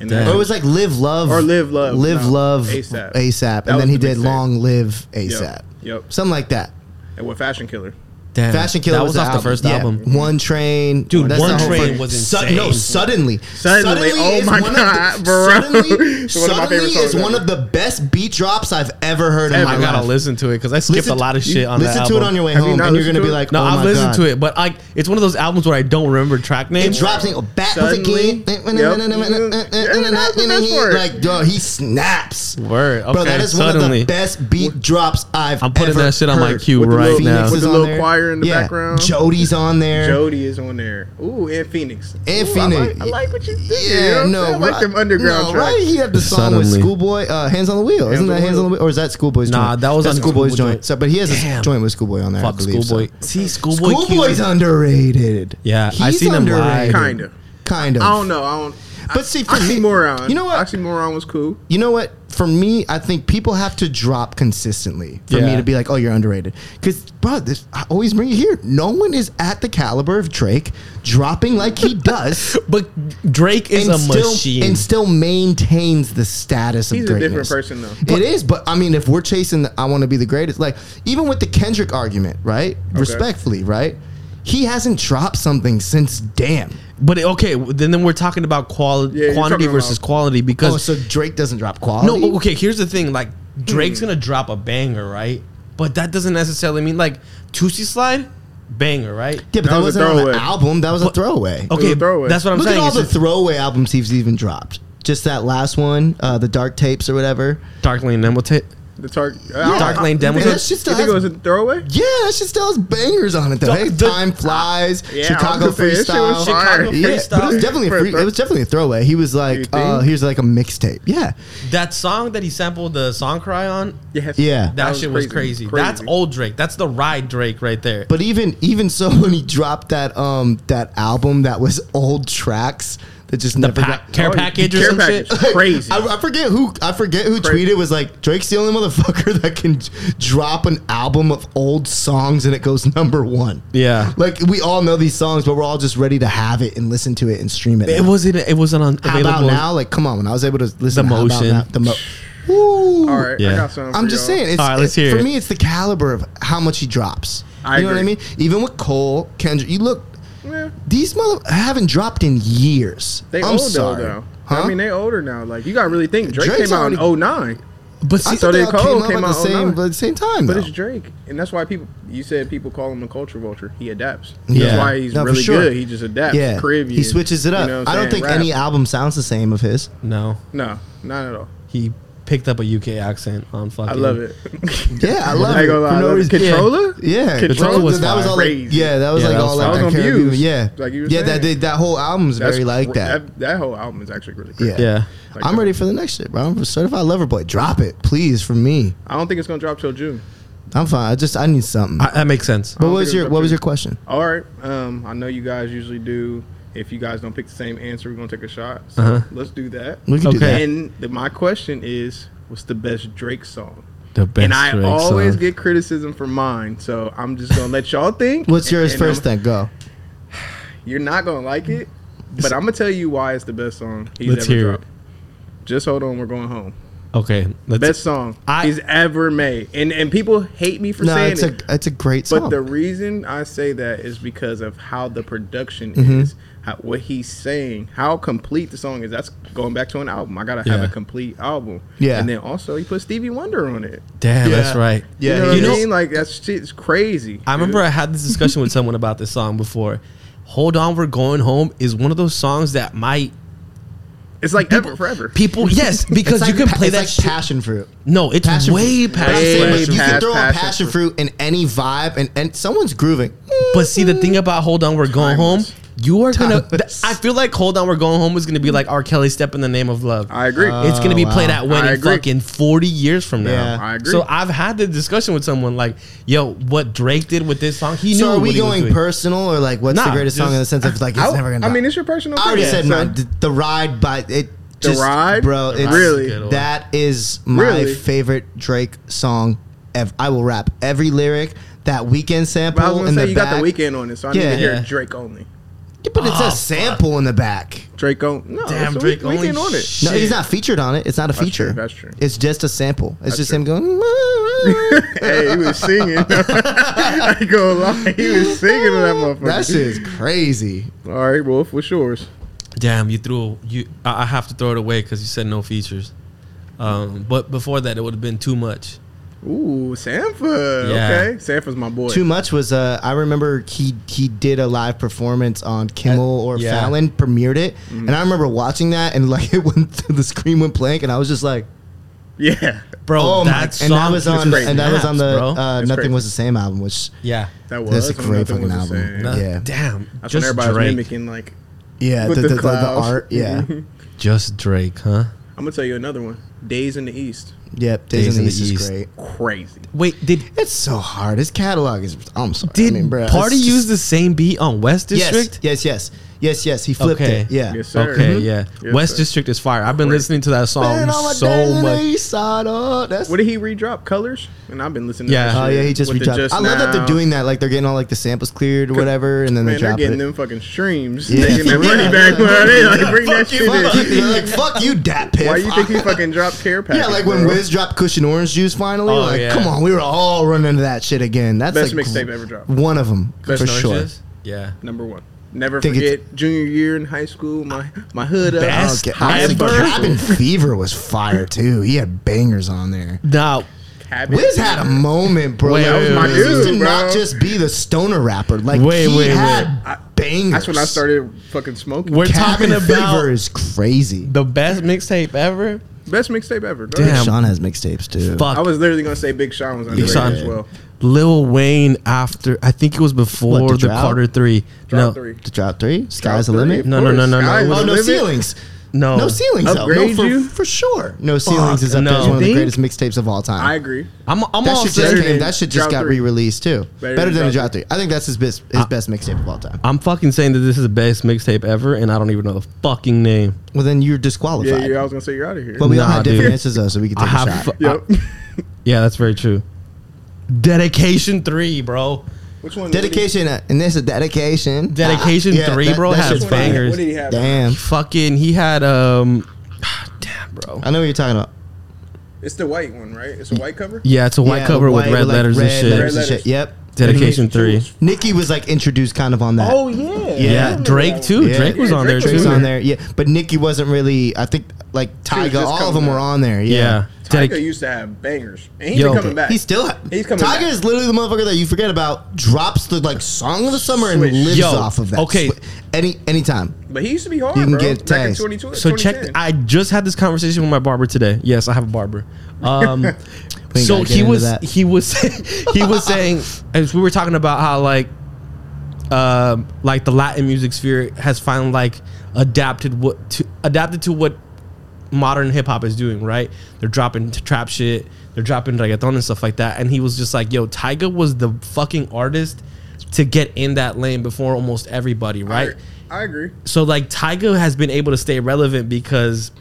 C: And
A: Or it
B: Damn.
A: was like "Live Love"
C: Or Live Love.
A: "Live
C: No,
A: Love" ASAP,
C: ASAP. That
A: and then
C: was
A: he
C: the
A: did
C: mixtape.
A: "Long Live" ASAP,
C: Yep. yep.
A: something like that.
C: And with Fashion Killer.
B: Damn.
A: Fashion Killer
B: That was,
A: the
B: off
A: album.
B: the first
A: Yeah.
B: album.
A: One Train,
B: Dude, One
A: the whole
B: Train
A: first-
B: was
A: no,
B: insane.
A: suddenly,
C: Suddenly, oh
A: is
C: my
A: one of
C: God,
A: the,
C: bro.
A: Suddenly,
C: It's one of my
A: Suddenly
C: favorite
A: is
C: songs
A: one
C: ever.
A: of the best beat drops I've ever heard in
C: Ever.
A: my
B: I
A: life.
B: gotta listen to it because I skipped
A: Listen
B: a lot of
A: to-
B: shit on that
A: Listen to it
B: album.
A: on your way
C: Have you
A: home,
C: not
A: and you're
C: listened
A: gonna be
C: to it?
A: like,
B: No,
A: oh
B: I've
A: my
B: listened
A: God.
B: to it, but like it's one of those albums where I don't remember track
A: It
B: names.
A: drops in back once
C: Suddenly,
A: again.
C: yep. Yeah, that's the best part.
A: Like, yo, he snaps.
B: Word,
A: Bro,
B: okay,
A: that is one of
B: suddenly.
A: the best beat drops I've
B: I'm putting
A: ever
B: that shit on my
A: heard.
B: queue
C: With the
B: right
C: little-
B: now.
A: Phoenix
C: With
A: is
C: the
A: on
C: little
A: there.
C: choir in the
A: Yeah,
C: background.
A: Jody's on there.
C: Jody is on there. Ooh, and Phoenix.
A: And
C: Ooh,
A: Phoenix.
C: I like, I like what you did.
A: Yeah,
C: you
A: no,
C: know what I'm saying? I like
A: right-
C: them underground
A: no,
C: tracks.
A: right? He had the song with
B: Suddenly.
A: Schoolboy, uh, Hands on the Wheel. Isn't
C: on
A: that
C: the
A: Hands on the Wheel, or is that Schoolboy's
B: Nah,
A: joint?
B: that was
A: That's
B: on
A: Schoolboy's
B: Schoolboy
A: joint.
B: joint.
A: So, but he has a
B: Damn.
A: joint with Schoolboy on there. I
B: Fuck
A: believe,
B: Schoolboy.
A: So.
B: See, Schoolboy. Q-
A: Schoolboy's underrated.
B: Yeah, I
A: He's
B: seen him live.
A: underrated.
C: Kind of.
A: Kind of.
C: I don't know. I don't.
A: But see, for me-
C: Oxymoron.
A: you know what?
C: Oxymoron was cool.
A: you know what? For me, I think people have to drop consistently for me
B: Yeah.
A: to be like, oh, you're underrated. Because, bro, this, I always bring it here. No one is at the caliber of Drake dropping like he does.
B: But Drake is a
A: still,
B: machine.
A: and still maintains the status of
C: He's a
A: greatness.
C: different person, though.
A: It is, but I mean, if we're chasing, the, I want to be the greatest. Like even with the Kendrick argument, right? Respectfully, right? He hasn't dropped something since Damn.
B: but it- okay, then then we're talking about quality,
C: Yeah, you're
B: quantity
C: talking about-
B: versus quality because
A: Oh, so Drake doesn't drop Oh, quality. Hmm.
B: No, okay, here's the thing. Like, Drake's gonna drop a banger, right? But that doesn't necessarily mean like Tusi Slide, banger, right?
A: yeah, but that,
C: That was a
A: wasn't on an
C: throwaway.
A: album. That was a
B: But-
A: throwaway.
B: Okay,
C: a throwaway.
B: that's what I'm
A: Look
B: saying.
A: at all
B: It's
A: the
B: just
A: throwaway albums he's even dropped. Just that last one, uh, the Dark Tapes or whatever.
B: Dark Lane Nemo Tape.
C: The tar-
B: Dark
A: I-
B: Lane
A: I-
B: demo.
A: man, That shit
C: You
A: still
C: think it
A: has
C: was a throwaway?
A: Yeah, that shit still has bangers on it though.
B: The-
A: Hey,
B: the-
A: time flies,
C: Yeah,
A: Chicago
C: I'm confused. That shit
A: freestyle.
C: was fire.
A: yeah,
B: Chicago
A: but it was
B: freestyle.
A: definitely a
C: For a
A: free,
C: throw-
A: it was definitely a throwaway. He was
C: You
A: like,
C: think?
A: uh, "Here's like a mixtape." Yeah,
B: That song that he sampled the song cry on,
C: Yes.
A: yeah.
B: that,
C: That was
B: shit was
C: crazy.
B: crazy.
C: Crazy.
B: That's old Drake. That's the ride Drake right there.
A: but even even so, when he dropped that um that album that was old tracks that just never
B: Pa-
A: got.
B: care
C: Oh,
B: package or
C: care
B: some
C: package.
B: shit.
C: Crazy.
A: I, I forget who I forget who
C: Crazy.
A: tweeted was like Drake's the only motherfucker that can drop an album of old songs and it goes number one.
B: Yeah.
A: like we all know these songs, but we're all just ready to have it and listen to it and stream it.
B: It
A: now.
B: wasn't. It wasn't on
A: How
B: available.
A: about now? Like, come on, when I was able to listen
B: The
A: to How About
B: motion.
A: Now- the mo- Woo.
C: All right. I
B: Yeah.
C: got something.
A: I'm
C: for
A: just
C: y'all.
A: saying, it's,
B: All right, let's
A: it-
B: hear
A: for
B: it.
A: me, it's the caliber of how much he drops.
C: I
A: you know what I
C: agree.
A: mean? Even with Cole, Kendrick, you look,
C: Yeah.
A: these mother haven't dropped in years.
C: They
A: I'm
C: old
A: sorry.
C: though. though.
A: Huh?
C: I mean, they older now. Like you gotta really think Drake
A: Drake's
C: came out oh
A: already-
C: in 09.
A: But
C: I
A: Season
C: thought it
A: Dale
C: called-
A: came,
C: came
A: out at
C: out
A: the same,
C: 09.
A: but at the same time.
C: But
A: though.
C: it's Drake, and that's why people. You said people call him a culture vulture. He adapts.
A: Yeah.
C: That's why he's
A: No, for
C: really
A: sure.
C: good. He just adapts.
A: yeah,
C: Caribbean,
A: he switches it
C: you
A: up.
C: know what
A: I
C: I'm
A: don't
C: saying?
A: think any
C: Rap.
A: album sounds the same of his.
B: No,
C: No, not at all.
B: he picked up a UK accent on fucking.
C: I love it.
A: Yeah, I love
C: I
A: it.
C: ain't gonna lie,
A: For
C: I
A: no
C: love it.
A: reason- yeah.
C: Controller.
A: Yeah,
C: Control
A: That-
B: was
A: that was all like
C: crazy.
A: yeah, that was
B: Yeah,
A: like
B: that
A: all
B: was
A: like
B: fire.
A: that
C: I was on
A: Caribbean.
C: Views,
A: Yeah,
C: like you were
A: yeah, that
C: saying.
A: that whole album's
C: That's
A: very like that.
C: That, whole album is actually really great.
A: Yeah,
B: Yeah,
C: Like
A: I'm
C: that.
A: ready for the next shit, bro. I'm a certified lover boy. Drop it, please, for me.
C: I don't think it's gonna drop till June.
A: I'm fine. I just I need something.
B: I, that makes sense.
A: but
C: don't
A: what
C: think
A: was
C: it's
A: your
C: up
A: what
C: to
A: was
C: you.
A: your question?
C: All right. Um, I know you guys usually do. If you guys don't pick the same answer, we're gonna take a shot. So
B: Uh-huh.
C: let's do that.
A: We can do
B: Okay.
A: that.
C: And the, my question is, what's the best Drake song?
B: The best.
C: and I
B: Drake
C: always
B: song.
C: get criticism for mine, so I'm just gonna let y'all think.
A: What's
C: and-
A: yours
C: and um,
A: first?
C: I'm-
A: Then go.
C: You're not gonna like it, but I'm gonna tell you why it's the best song he's
B: Let's
C: ever
B: hear
C: dropped. Just hold on, we're going home.
B: okay. Let's,
C: Best song
B: I-
C: he's ever made, and and people hate me for
A: No,
C: saying
A: it's
C: it.
A: a it's a great
C: But
A: song.
C: the reason I say that is because of how the production
A: Mm-hmm.
C: is, how, what he's saying, how complete the song is. That's going back to an album. I gotta have
B: Yeah.
C: a complete album.
A: Yeah.
C: and then also he put Stevie Wonder on it.
B: Damn, that's
A: Yeah.
B: right.
A: Yeah,
C: you know
B: you
C: what
B: know-
C: I mean? Like that shit's crazy.
B: I remember I had this discussion with someone about this song before. Hold on, we're going home is one of those songs that might
C: it's like ever forever.
B: people. Yes, because
A: It's
B: you
A: like
B: can
A: pa-
B: play
A: it's
B: that.
A: like
B: shit.
A: passion fruit.
B: no, it's
A: Passion
B: way
A: fruit. But
B: past.
A: I'm saying,
C: Way
A: you can
C: past
A: throw on
C: passion
A: passion
C: fruit.
A: fruit in any vibe, and and someone's grooving.
B: But see, the thing about Hold On, We're Going Home,
C: Timeless.
B: you are gonna. th-
A: Timeless.
B: I feel like Hold On, We're Going Home is gonna be like R. Kelly, Step in the Name of Love.
C: I agree.
B: it's gonna be
A: Oh,
B: played
A: wow.
B: at when
C: I
B: in
C: agree.
B: fucking forty years from now.
A: Yeah.
C: I agree.
B: So I've had the discussion with someone like, "Yo, what Drake did with this song? He knew."
A: So are
B: what
A: we
B: he was
A: going
B: doing.
A: personal or like what's the
B: Nah,
A: greatest song
B: just-
A: in the sense of like it's
C: I,
A: never gonna?
C: I
A: die?
C: mean, it's your personal.
A: I already
C: opinion,
A: said
C: so-
A: mine. The, the ride by it.
C: The
A: Just,
C: ride?
A: bro. It's,
C: Really?
A: that is my
C: Really?
A: favorite Drake song. Ever. I will rap every lyric. That weekend
C: But I was
A: sample
C: gonna
A: in
C: say
A: the
C: you
A: back.
C: got the weekend on it, so I need
A: Yeah.
C: to hear
B: Yeah.
C: Drake only.
A: Yeah, but it's
B: Oh,
A: a sample in the back.
C: Drake on. No,
B: Damn,
C: it's the
B: Drake
C: Week-
B: only.
C: Weekend on it.
A: No,
B: Shit.
A: he's not featured on it. It's not a feature.
C: true, that's true.
A: It's just a sample. It's just
C: true.
A: him going. "Mm,
C: hey, he was singing. I ain't gonna lie, he was singing to that motherfucker.
A: that shit is crazy.
C: All right, Wolf, what's yours?
B: Damn, you threw you. I I have to throw it away because you said no features. Um, but before that, it would have been too much.
C: Ooh, Sanford.
B: Yeah.
C: Okay, Sanford's my boy.
A: Too much was uh, I remember he he did a live performance on Kimmel or
B: yeah.
A: Fallon, premiered it, and I remember watching that and like it went the screen went blank and I was just like,
C: yeah,
B: Bro,
A: oh my!
B: that
A: And that
B: song
A: was
B: just
A: on
C: crazy.
A: and that was on the
B: Snaps, bro.
A: uh,
C: It's
A: Nothing
C: crazy.
A: Was the Same album, which
B: yeah.
C: that was
A: that's a
C: when
A: great
C: nothing
A: fucking
C: was
A: album.
C: the same.
B: No,
A: Yeah.
B: Uh, Damn.
C: That's when
B: just
C: everybody's
B: Drake.
C: mimicking like
A: yeah,
C: with
A: the, the,
C: the,
A: the, the
C: clouds.
A: art, yeah,
C: Mhm.
B: Just Drake, huh?
C: I'm gonna tell you another one. Days in the East,
A: yep. Days, in the East, is great.
C: crazy.
B: Wait, did
A: It's so hard. His catalog is. I'm sorry.
B: did
A: I mean, bro,
B: Party
A: it's just-
B: use the same beat on West District?
A: Yes, Mm-hmm. yes, yes, yes, yes. He flipped
B: Okay.
A: it. Yeah.
C: Yes, sir.
B: Okay,
C: Mhm.
B: yeah.
C: Yes,
B: West
C: sir.
B: District is fire. I've been listening to that song
A: Man, I'm a
B: Um, so
A: dad,
B: much.
A: he sawed up. Oh, That's-
C: What did he redrop? Colors, and I've been listening.
B: Yeah.
C: to that
A: Oh
C: shit
A: yeah, he just
C: with the
A: redropped. I love that they're
C: Now.
A: doing that. Like they're getting all like the samples cleared or whatever, and then
C: Man,
A: they
C: they're
A: drop
C: getting
A: it.
C: them fucking streams.
A: Yeah.
C: Yeah. Taking that
A: Yeah.
C: money back
A: Yeah.
C: where they like bring that shit
A: Fuck you,
C: in.
A: they're like fuck you, dat piff.
C: Why you think he fucking dropped care package?
A: yeah, like when
C: bro?
A: Wiz dropped Cushion Orange Juice finally.
B: Oh,
A: like,
B: yeah.
A: come on, we were all running into that shit again. That's
C: Best
A: like
C: mixtape ever dropped.
A: One of them
C: Best
A: for
C: known
A: sure.
B: Just- Yeah.
C: number one. Never
A: Think it's-
C: forget junior year in high school. My my hood up.
A: I
B: Best
A: don't get- I was-
B: ever.
A: Cabin Fever was fire too. He had bangers on there.
B: Now,
C: Cabin.
A: Wiz had a moment, bro.
B: Wait,
A: Like,
B: that was my
A: Wiz
C: dude,
A: used to not
C: bro.
A: just be the stoner rapper. Like he
B: Wait, wait, wait.
A: had bangers.
C: That's when I started fucking smoking.
B: We're
A: Cabin
B: talking about
A: Fever is crazy.
B: the best mixtape ever.
C: Best mixtape ever. Go
B: Damn.
C: ahead.
A: Sean has mixtapes too.
B: Fuck.
C: I was literally gonna say Big Sean was underrated
B: Sean.
C: as well.
B: Lil Wayne after I think it was before
A: What, The
B: the,
A: Drought?
B: Carter Three.
C: Drop
B: no,
C: three.
A: To drop three, sky's the
C: three,
A: limit.
C: of
B: No, no,
C: course.
B: no, no, no.
C: Sky
B: Oh,
C: was
A: Oh,
C: the
A: no
C: limit.
A: ceilings.
B: no,
A: No ceilings. though.
C: Upgrade
A: no, for,
C: you?
A: for sure. No ceilings is up there
B: no.
A: as one of the
B: Think?
A: greatest mixtapes of all time.
C: I agree.
B: I'm, I'm
A: that
B: all
A: shit just
B: saying.
A: came,
C: than
A: that shit just
C: Drop
A: got
C: Three.
A: re-released too. Better,
C: Better
A: than
C: than
A: the drop
C: Drop
A: three. I think that's his best
B: Uh,
A: his best mixtape of all time.
B: I'm fucking saying that this is the best mixtape ever, and I don't even know the fucking name.
A: Well, then you're
C: Yeah,
A: disqualified.
C: yeah. I was gonna say you're out of here.
A: But we all
B: Nah,
A: had different
B: dude.
A: answers though, so we can
B: I
A: take a
B: have,
A: shot.
B: fu- I-
C: Yep.
B: yeah, that's very true. Dedication three, bro.
C: Which one?
A: Dedication, uh, and there's a dedication. Ah,
B: Dedication
A: Yeah,
B: three,
A: that-
B: bro,
A: that
B: has
A: shit's fire.
C: banger.
B: bangers.
C: What did he have?
A: Damn,
B: Fucking, he had um, damn, bro.
A: I know what you're talking about.
C: It's the white one, right? It's a white cover.
B: Yeah, it's a white
A: Yeah,
B: cover
A: the
B: with
A: white
B: red
A: like
B: letters and
A: red
B: shit.
A: letters
C: Red letters.
A: Yep.
B: Dedication three.
A: Nicki was like introduced kind of on that.
C: Oh yeah.
A: Yeah,
B: Yeah, Drake too.
A: Yeah.
B: Drake was
C: Yeah,
B: on
C: Drake
B: there
A: Drake's
B: too.
A: on there. Yeah, but Nicki wasn't really. I think like
C: was
A: Tyga,
C: just
A: all of
C: coming
A: them were
C: out.
A: on there.
B: Yeah.
A: Yeah.
C: Tiger
B: Dedic-
C: used to have bangers, and he's
B: Yo.
C: been coming back.
A: He still
C: He's coming
A: Tyga
C: back.
A: is literally the motherfucker that you forget about. Drops the like song of the summer and
C: Switch.
A: lives
B: Yo,
A: off of that.
B: okay.
A: Swi- any anytime.
C: but he used to be hard.
A: You can
C: bro,
A: get
C: back in
A: tags.
C: 2020.
B: So check. th-
C: 2010.
B: I just had this conversation with my barber today. Yes, I have a barber. Um,
A: We ain't
B: so
A: gotta get
B: he
A: into
B: was
A: that.
B: he was he was saying as we were talking about how like um like the Latin music sphere has finally like adapted what to adapted to what modern hip hop is doing. Right, they're dropping t- trap shit, they're dropping reggaeton and stuff like that. And he was just like, "Yo, Tyga was the fucking artist to get in that lane before almost everybody." Right
C: I agree.
B: so like Tyga has been able to stay relevant because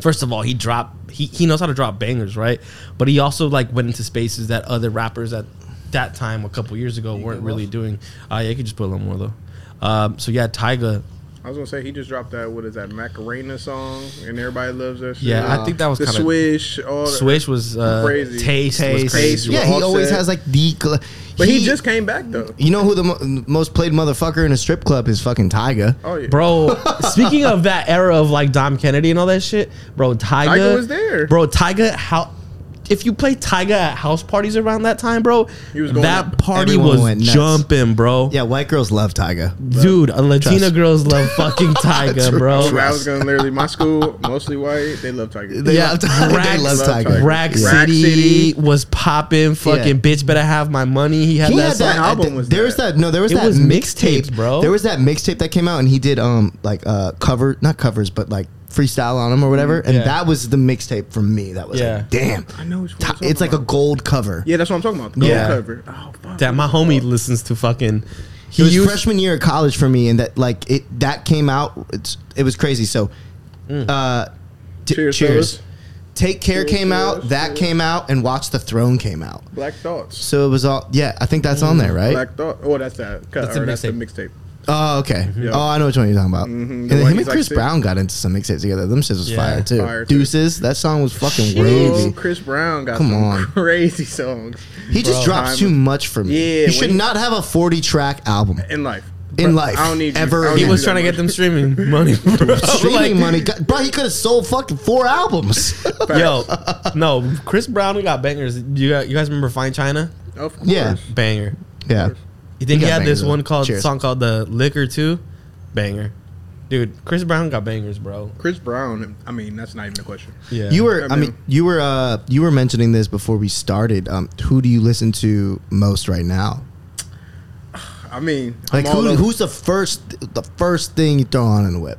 B: first of all he dropped he, he knows how to drop bangers right but he also like went into spaces that other rappers at that time a couple years ago weren't really doing uh, yeah you could just put a little more though um, so yeah Tyga
C: I was gonna say he just dropped that what is that Macarena song, and everybody loves that. Shit.
B: yeah I think that was
C: the
B: kind of
C: swish. All that.
B: Swish was uh,
C: Crazy.
B: taste, was
A: Taste.
B: crazy
A: Yeah,
C: Offset.
A: he always has like the. Gl-
C: But he, just came back though.
A: You know who the mo- most played motherfucker in a strip club is? Fucking Tyga.
C: Oh yeah,
B: Bro, speaking of that era of like Dom Kennedy and all that shit, bro, Tyga,
C: Tyga was there.
B: Bro, Tyga, how if you play Tyga at house parties around that time, bro,
C: He was going
B: that
C: up.
B: party
A: Everyone went
B: was
A: nuts.
B: jumping, bro.
A: Yeah, white girls love Tyga.
B: Dude, uh, Latina
A: Trust.
B: girls love fucking Tyga, bro.
C: Dude, I was gonna literally my school mostly white. They love Tiger.
A: They
B: Yeah,
A: love Tyga. They
B: Rax-
A: love
C: Love
A: Tyga.
C: Tyga.
B: Rack
C: Yeah.
B: City,
C: Rack City.
B: was popping, fucking bitch better have my money. He had
A: He
B: that,
A: had that
B: song.
C: album was
A: there was
C: that?
A: that no there was
B: It
A: that
B: was
A: mixtape
B: mixtapes, bro.
A: there was that mixtape that came out and he did um like uh cover not covers but like freestyle on them or whatever and
B: Yeah.
A: that was the mixtape for me that was
B: Yeah.
A: like damn
C: I know which one
A: Ta-
C: you're talking
A: it's like a
C: about.
A: gold cover
C: Yeah, that's what I'm talking about. The gold
B: Yeah.
C: cover. Oh fuck.
B: That my homie listens to fucking.
A: it
B: He
A: was
B: used
A: freshman year of college for me and that like it that came out it's, it was crazy so uh t-
C: Cheers,
A: cheers,
C: fellas.
A: take care
C: Cheers,
A: came out
C: fellas.
A: that
C: Cheers.
A: came out and watch the throne came out
C: Black Thoughts.
A: so it was all yeah i think
B: Mm.
A: that's on there right
C: Black Thought. Oh, that's that. cut-
B: That's a
C: or That's the
B: mixtape.
C: mixtape.
A: Oh, okay.
C: Mm-hmm. Yeah. Mm-hmm.
A: Oh, I know which one you're talking about. And
C: The
A: then
C: one
A: him and
C: he's like
A: Chris
C: six-
A: Brown got into some mixtapes together. Them shits was
B: Yeah.
A: fire too.
C: Fire, too.
A: Deuces, that song was fucking
C: Bro,
A: wavy.
C: Chris Brown got
A: Come
C: some
A: on.
C: crazy songs
A: He just
C: Bro.
A: drops too much for me.
C: Yeah,
A: he
C: when
A: should
C: he-
A: not have a 40 track album.
C: in life.
A: In
C: Bro,
A: life.
C: I don't need you.
A: Ever
C: I don't
A: again.
B: he
C: need
B: was
C: you
B: trying to
C: that
B: get
C: much.
B: them streaming money, bro.
A: Streaming
B: Like-
A: money, God, bro. He could have sold fucking four albums.
B: Yo, no, Chris Brown got bangers. You got, you guys remember Fine China?
C: Of course.
A: Yeah.
B: Banger.
A: yeah,
B: You think
A: He
B: he,
A: got
B: had this
A: bangers,
B: one
A: though.
B: called
A: Cheers.
B: song called the Liquor Too? Banger. Dude, Chris Brown got bangers, bro.
C: Chris Brown. I mean, that's not even a question.
B: Yeah.
A: you were.
C: I
A: I mean,
C: mean-
A: you were. Uh, you were mentioning this before we started. Um, who do you listen to most right now?
C: I mean,
A: Like,
C: I'm all
A: who,
C: over-
A: who's the first? The first thing you throw on in the whip,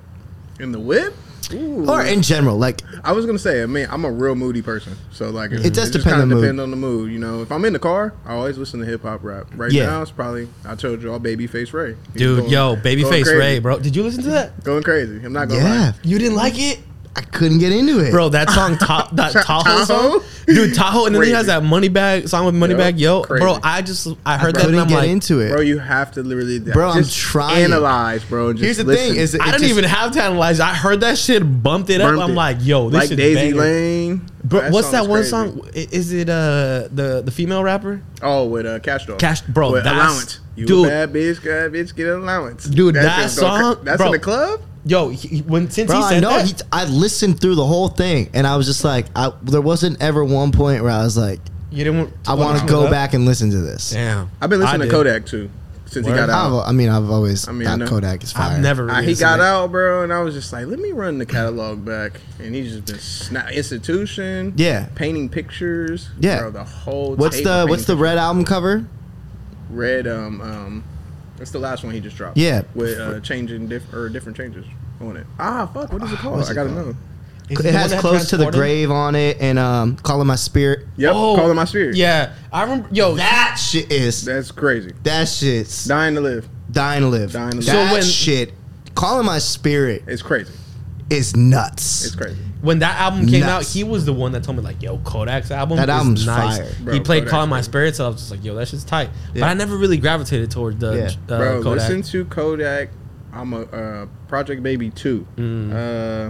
C: in the whip? Ooh.
A: or in general, like
C: I was gonna say, I mean, I'm a real moody person, so like
A: It does
C: just
A: depend
C: kinda
A: on the mood.
C: depend on the mood. You know, if I'm in the car, I always listen to hip hop rap. Right
A: Yeah.
C: now, it's probably I told y'all, Babyface Ray, He's
B: Dude,
C: going-
B: yo,
C: going
B: Babyface
C: crazy.
B: Ray, bro. Did you listen to that?
C: going crazy. I'm not gonna
A: yeah,
C: lie.
B: You didn't like it?
A: I couldn't get into it,
B: Bro, that song, Ta- that Tahoe,
C: Tahoe?
B: song, dude, Tahoe, and then he
C: Crazy.
B: has that money bag song with money
C: Yo,
B: bag, yo,
C: crazy.
B: bro. I just, I heard that,
A: couldn't
B: and I'm
A: get
B: like,
A: into it.
C: Bro, you have to literally,
A: Bro, I'm
C: just
A: trying.
C: Analyze, bro. and Just
A: Here's the
C: listen.
A: thing: is it
B: I didn't
A: just-
B: even have to analyze. I heard that shit, bumped it
C: Burnt
B: up. I'm
C: it.
B: like, yo, this
C: like
B: shit's
C: Daisy
B: banger.
C: Lane.
B: Bro, what's
C: song
B: that
C: is
B: one
C: crazy.
B: song? I- Is it uh the the female rapper?
C: Oh, with uh, Cash Doll.
B: Cash- bro,
C: with
B: that's-
C: allowance. You
B: dude.
C: a bad bitch, bad bitch, get an allowance.
B: Dude, that
C: shit's going
B: song-
C: That's
B: bro.
C: in the club.
B: Yo, he, he- when since
A: Bro,
B: he
A: I
B: said
A: know.
B: that,
A: He, I listened through the whole thing, and I was just like, I, there wasn't ever one point where I was like,
B: you didn't. Want
A: I want to go back and listen to this.
B: Damn,
C: I've been
B: I
C: listening
B: did.
C: to Kodak too since
B: Word.
C: he got out.
A: I've, I mean, I've always
C: I mean, I
A: thought
C: know.
A: Kodak is fire.
B: I've never.
C: Uh,
B: really
C: he got
B: listened to
C: out, bro, and I was just like, let me run the catalog back. And he's just been sna- institution,
A: Yeah.
C: painting pictures,
A: Yeah.
C: bro, the whole.
A: What's
C: tape
A: the
C: of
A: What's the
C: painting
A: red album cover?
C: pictures. red um um? That's the last one he just dropped.
A: Yeah.
C: with uh, changing diff- or different changes on it. Ah, fuck, what is it called?
A: what's
C: I
A: it
C: gotta
A: called?
C: know.
B: Is
A: It
B: the one
A: has
B: that
A: "Close to the
B: Transported?
A: Grave" on it, and um, "Calling My Spirit."
C: Yep, calling my spirit.
B: Yeah, I remember. Yo,
A: That shit is
C: that's crazy.
A: that shit's
C: Dying to live.
A: dying to live.
C: Dying to Live.
A: That
B: So when-
A: shit, "Calling My Spirit"
C: It's crazy.
A: is nuts.
C: It's crazy.
B: when that album came out,
A: Nuts.
B: he was the one that told me like, "Yo, Kodak's album,
A: That
B: is
A: album's
B: nice."
A: fire.
C: Bro,
B: he played
C: Kodak's
B: "Calling My
C: great.
B: Spirit," so I was just like, "Yo, that shit's tight." But
A: Yeah.
B: I never really gravitated toward the
A: Yeah.
B: uh,
C: Bro,
B: Kodak.
C: listen to Kodak. I'm a uh, Project Baby 2. Uh,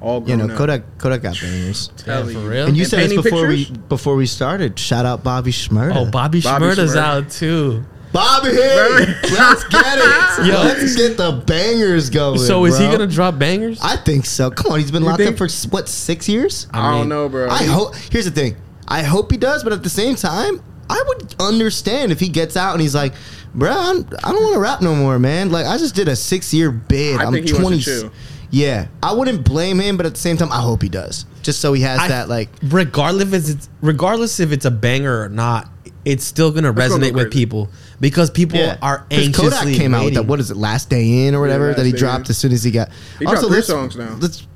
C: all
A: Mm. You
C: grown
A: know,
C: up.
A: Kodak Kodak got bangers.
C: Tell
B: Yeah, for
C: you.
B: real?
A: And you
C: And
A: said this
C: painting
A: before we
C: pictures?
A: before we started. Shout out Bobby Schmurda.
B: Oh, Bobby,
C: Bobby
B: Schmurda's
C: Shmurda.
B: out too.
A: Bobby here. Let's get it.
B: Yo.
A: Let's get the bangers going.
B: So is he
A: bro.
B: gonna drop bangers?
A: I think so. Come on, he's been locked up
C: think-
A: for what six years?
C: I,
B: mean,
C: don't know, bro.
A: I hope. Here's the thing. I hope he does, but at the same time, I would understand if he gets out and he's like, "Bro, I'm, I don't want to rap no more, man. Like, I just did a six year bid.
C: I
A: I'm
C: think he
A: 20."
C: wants to chill.
A: Yeah, I wouldn't blame him, but at the same time, I hope he does, just so he has
B: I-
A: that like.
B: regardless if it's regardless if it's a banger or not, it's still gonna
C: gonna
B: resonate
C: go
B: with
C: crazy.
B: people because people
A: Yeah.
B: are
A: 'Cause
B: anxiously
A: Kodak came out with that.
B: waiting.
A: What is it? Last Day In or whatever
C: Last
A: that he
C: Day
A: dropped
C: In.
A: as soon as he got.
C: He dropped three
A: let's-
C: songs now.
A: Let's.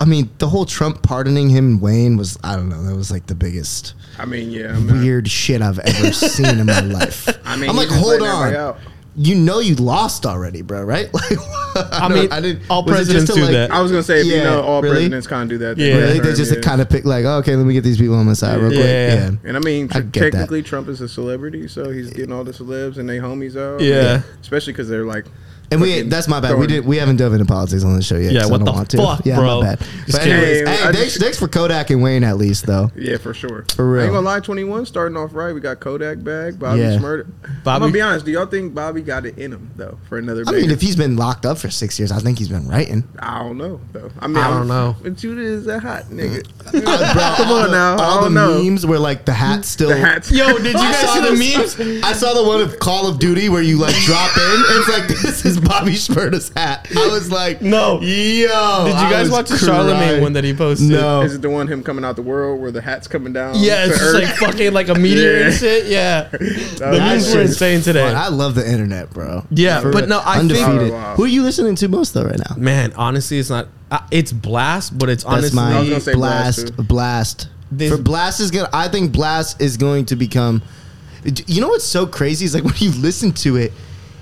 A: I mean, the whole Trump pardoning him and Wayne was I don't know. That was like the biggest
C: I mean, yeah. I'm not-
A: weird shit I've ever seen in my life. I
C: I mean,
A: am
C: he
A: like,
C: just
A: hold
C: letting everybody
A: on.
C: out.
A: You know you lost already, bro, right? Like, I,
B: I
A: don't-
B: mean, all
A: was it just
B: presidents
A: to,
B: do that.
C: I was gonna say, if
A: Yeah,
C: you know, all
A: really?
C: presidents kind of do that.
B: Yeah.
A: Really?
C: first
A: they
C: term,
A: just
C: yeah.
A: kind of pick like, oh, okay, let me get these people on my side real quick.
B: Yeah.
A: Yeah.
C: And I mean,
A: I
C: tr-
A: get that.
C: technically, Trump is a celebrity, so he's getting all the celebs and they homies out.
B: Yeah.
C: especially because they're like,
A: And we
C: fucking
A: that's my bad. We
C: throwing-
A: did we haven't dove into politics on the show yet.
B: Yeah,
A: 'cause
B: what
A: I don't
B: the
A: want to.
B: fuck,
A: yeah,
B: bro?
A: my bad.
B: Just
A: But anyways,
C: kidding.
A: hey,
C: I
A: thanks,
C: just-
A: thanks for Kodak and Wayne at least though.
C: Yeah, for sure.
A: For real.
C: I ain't gonna lie, 21 starting off right. We got Kodak back, Bobby
A: Yeah.
C: Smurda. I'm
B: Bobby-
C: gonna be honest. Do y'all think Bobby got it in him though for another?
A: I
C: banger?
A: mean, if he's been locked up for six years, I think he's been writing.
C: I don't know though. I mean,
B: I
C: I'm-
B: don't know.
C: But Judah is a hot nigga.
A: Come
C: on now, I
A: All the
C: don't know.
A: memes where like the hat still
C: the hats.
B: Yo, did you guys see the memes?
A: memes? I saw the one of Call of Duty where you like drop in. and It's like this is Bobby Schmurda's hat. I was like, yo.
B: No.
A: Did you
B: Did you guys watch the Charlemagne one that he posted?
A: No.
C: Is it the one him coming out the world where the hat's coming down?
B: Yeah,
C: to
B: it's just
C: Earth?
B: like fucking like a meteor and
C: Yeah.
B: shit. Yeah. The
C: was
B: memes were
A: shit is
B: insane today.
A: Fun. I love the internet, bro.
B: Yeah,
A: For
B: but
A: real.
B: no, I think-
A: undefeated.
C: Oh, wow.
A: Who are you listening to most though right now?
B: Man, honestly, it's not. Uh, it's blast, but it's
A: That's
B: honestly
C: I was gonna
A: my
C: say
A: blast.
C: Blast, too.
A: Blast.
B: This-
A: For blast is gonna. I think blast is going to become. You know what's so crazy is like when you listen to it,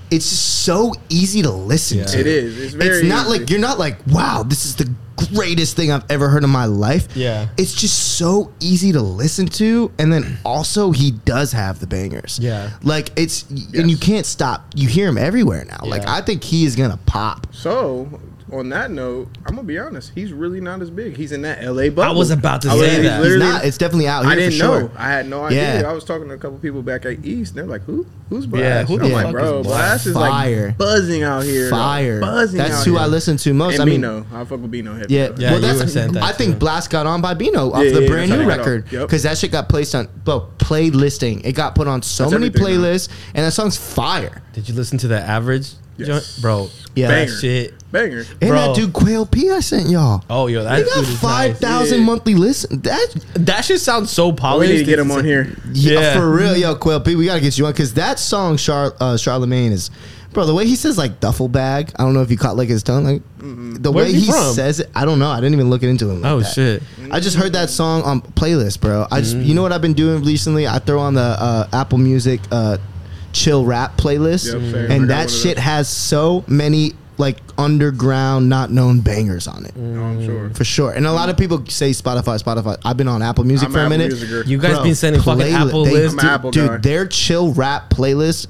A: it's just so easy to listen
B: Yeah.
A: to.
C: It is. It's very.
A: it's not
C: easy.
A: like you're not like wow this is the greatest thing i've ever heard in my life
B: Yeah.
A: it's just so easy to listen to and then also he does have the bangers
B: Yeah.
A: like it's and you
C: Yes.
A: can't stop you hear him everywhere now like
B: Yeah.
A: i think he is gonna pop
C: So, on that note, I'm gonna be honest. He's really not as big. He's in that LA bubble.
B: I was about to
C: I was
B: say that.
A: he's
C: literally-
A: not it's definitely out here
C: I didn't
A: for sure
C: know. I had no idea.
A: Yeah.
C: I was talking to a couple people back at East, and they're like, "Who? Who's Blast?"
B: Yeah, who the
C: I'm
B: fuck
C: like, "Bro,
B: is
A: Blast?
C: Blast is
A: Fire.
C: like buzzing out here. like,
A: fire
C: buzzing.
A: that's
C: out
A: who
C: here.
A: i listen to
C: And
A: most i mean
C: Bino, I fuck with Bino. Heavy,
A: Yeah,
C: bro.
B: Yeah,
A: well,
B: you
A: that's
B: were saying that
A: I think
B: too.
A: Blast got on by Bino off
C: Yeah,
A: the
C: yeah,
A: brand
C: that's
A: new
C: how they got
A: record
C: off.
A: because
C: Yep.
A: that shit got placed on bro play listing. It got put on so
C: That's
A: many
C: everything now.
A: playlists, and that song's fire.
B: Did you listen to the average
C: Yes.
B: joint? bro?
A: Yeah.
B: that
C: Banger.
B: shit.
C: banger.
A: And
B: Bro.
A: that dude Quail P I sent y'all.
B: Oh, yo, that
A: They
B: dude
A: got
B: is
A: five thousand
C: Yeah.
A: monthly listen. That
B: nice. That shit sounds so
C: Oh,
B: polished.
C: we need to get him
B: It's-
C: on here.
A: yeah.
B: Yeah.
A: for real, yo Quail P, we gotta get you on because that song Char- uh, Charlemagne is, bro. The way he says like duffel bag, I don't know if you caught like his tongue. Like the
B: Where's
A: way
B: he
A: he
B: from?
A: says it, I don't know. I didn't even look it into him. Like
B: Oh
A: that.
B: shit. Mm.
A: I just heard that song on playlist, bro. I just you know what I've been doing recently? I throw on the uh, Apple Music uh, chill rap playlist,
C: Yep, same. I got
A: and
C: one
A: that
C: of
A: shit
C: those.
A: has so many like underground, not known bangers on it
B: Mm.
C: No, Oh, I'm sure.
A: for sure. And a lot of people say Spotify, Spotify. I've been on Apple Music
C: I'm
A: for a
C: Apple
A: minute.
C: Musicer.
B: You guys
A: Bro,
B: been sending fucking
A: playlist-
B: Apple
A: they-
B: lists.
C: I'm an Apple
A: dude,
C: guy.
A: their chill rap playlist.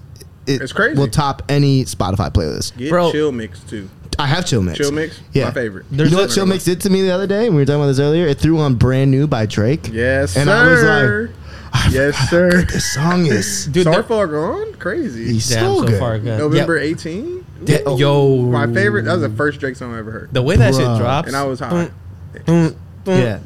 A: it
C: It's crazy.
A: Will top any Spotify playlist.
C: Get
B: Bro.
C: chill mix too.
A: I have Chill Mix.
C: Chill Mix?
A: Yeah.
C: My favorite.
A: you
B: There's
A: know
B: a-
A: what Chill Mix did to me the other day? We were talking about this earlier. It threw on Brand New by Drake.
C: Yes,
A: And I was
C: sir.
A: I
C: yes,
A: forgot how
C: sir.
A: good This song is.
B: Dude,
C: so
B: they're-
C: far gone, crazy.
A: He's
B: Damn,
A: so,
B: so
A: good.
B: far good.
C: November
B: Yeah.
C: 18.
B: Yeah, yo,
C: oh, My favorite. That was the first Drake song I ever heard,
B: The way that
A: Bruh.
B: shit drops, mm,
C: and I was high.
A: Yeah.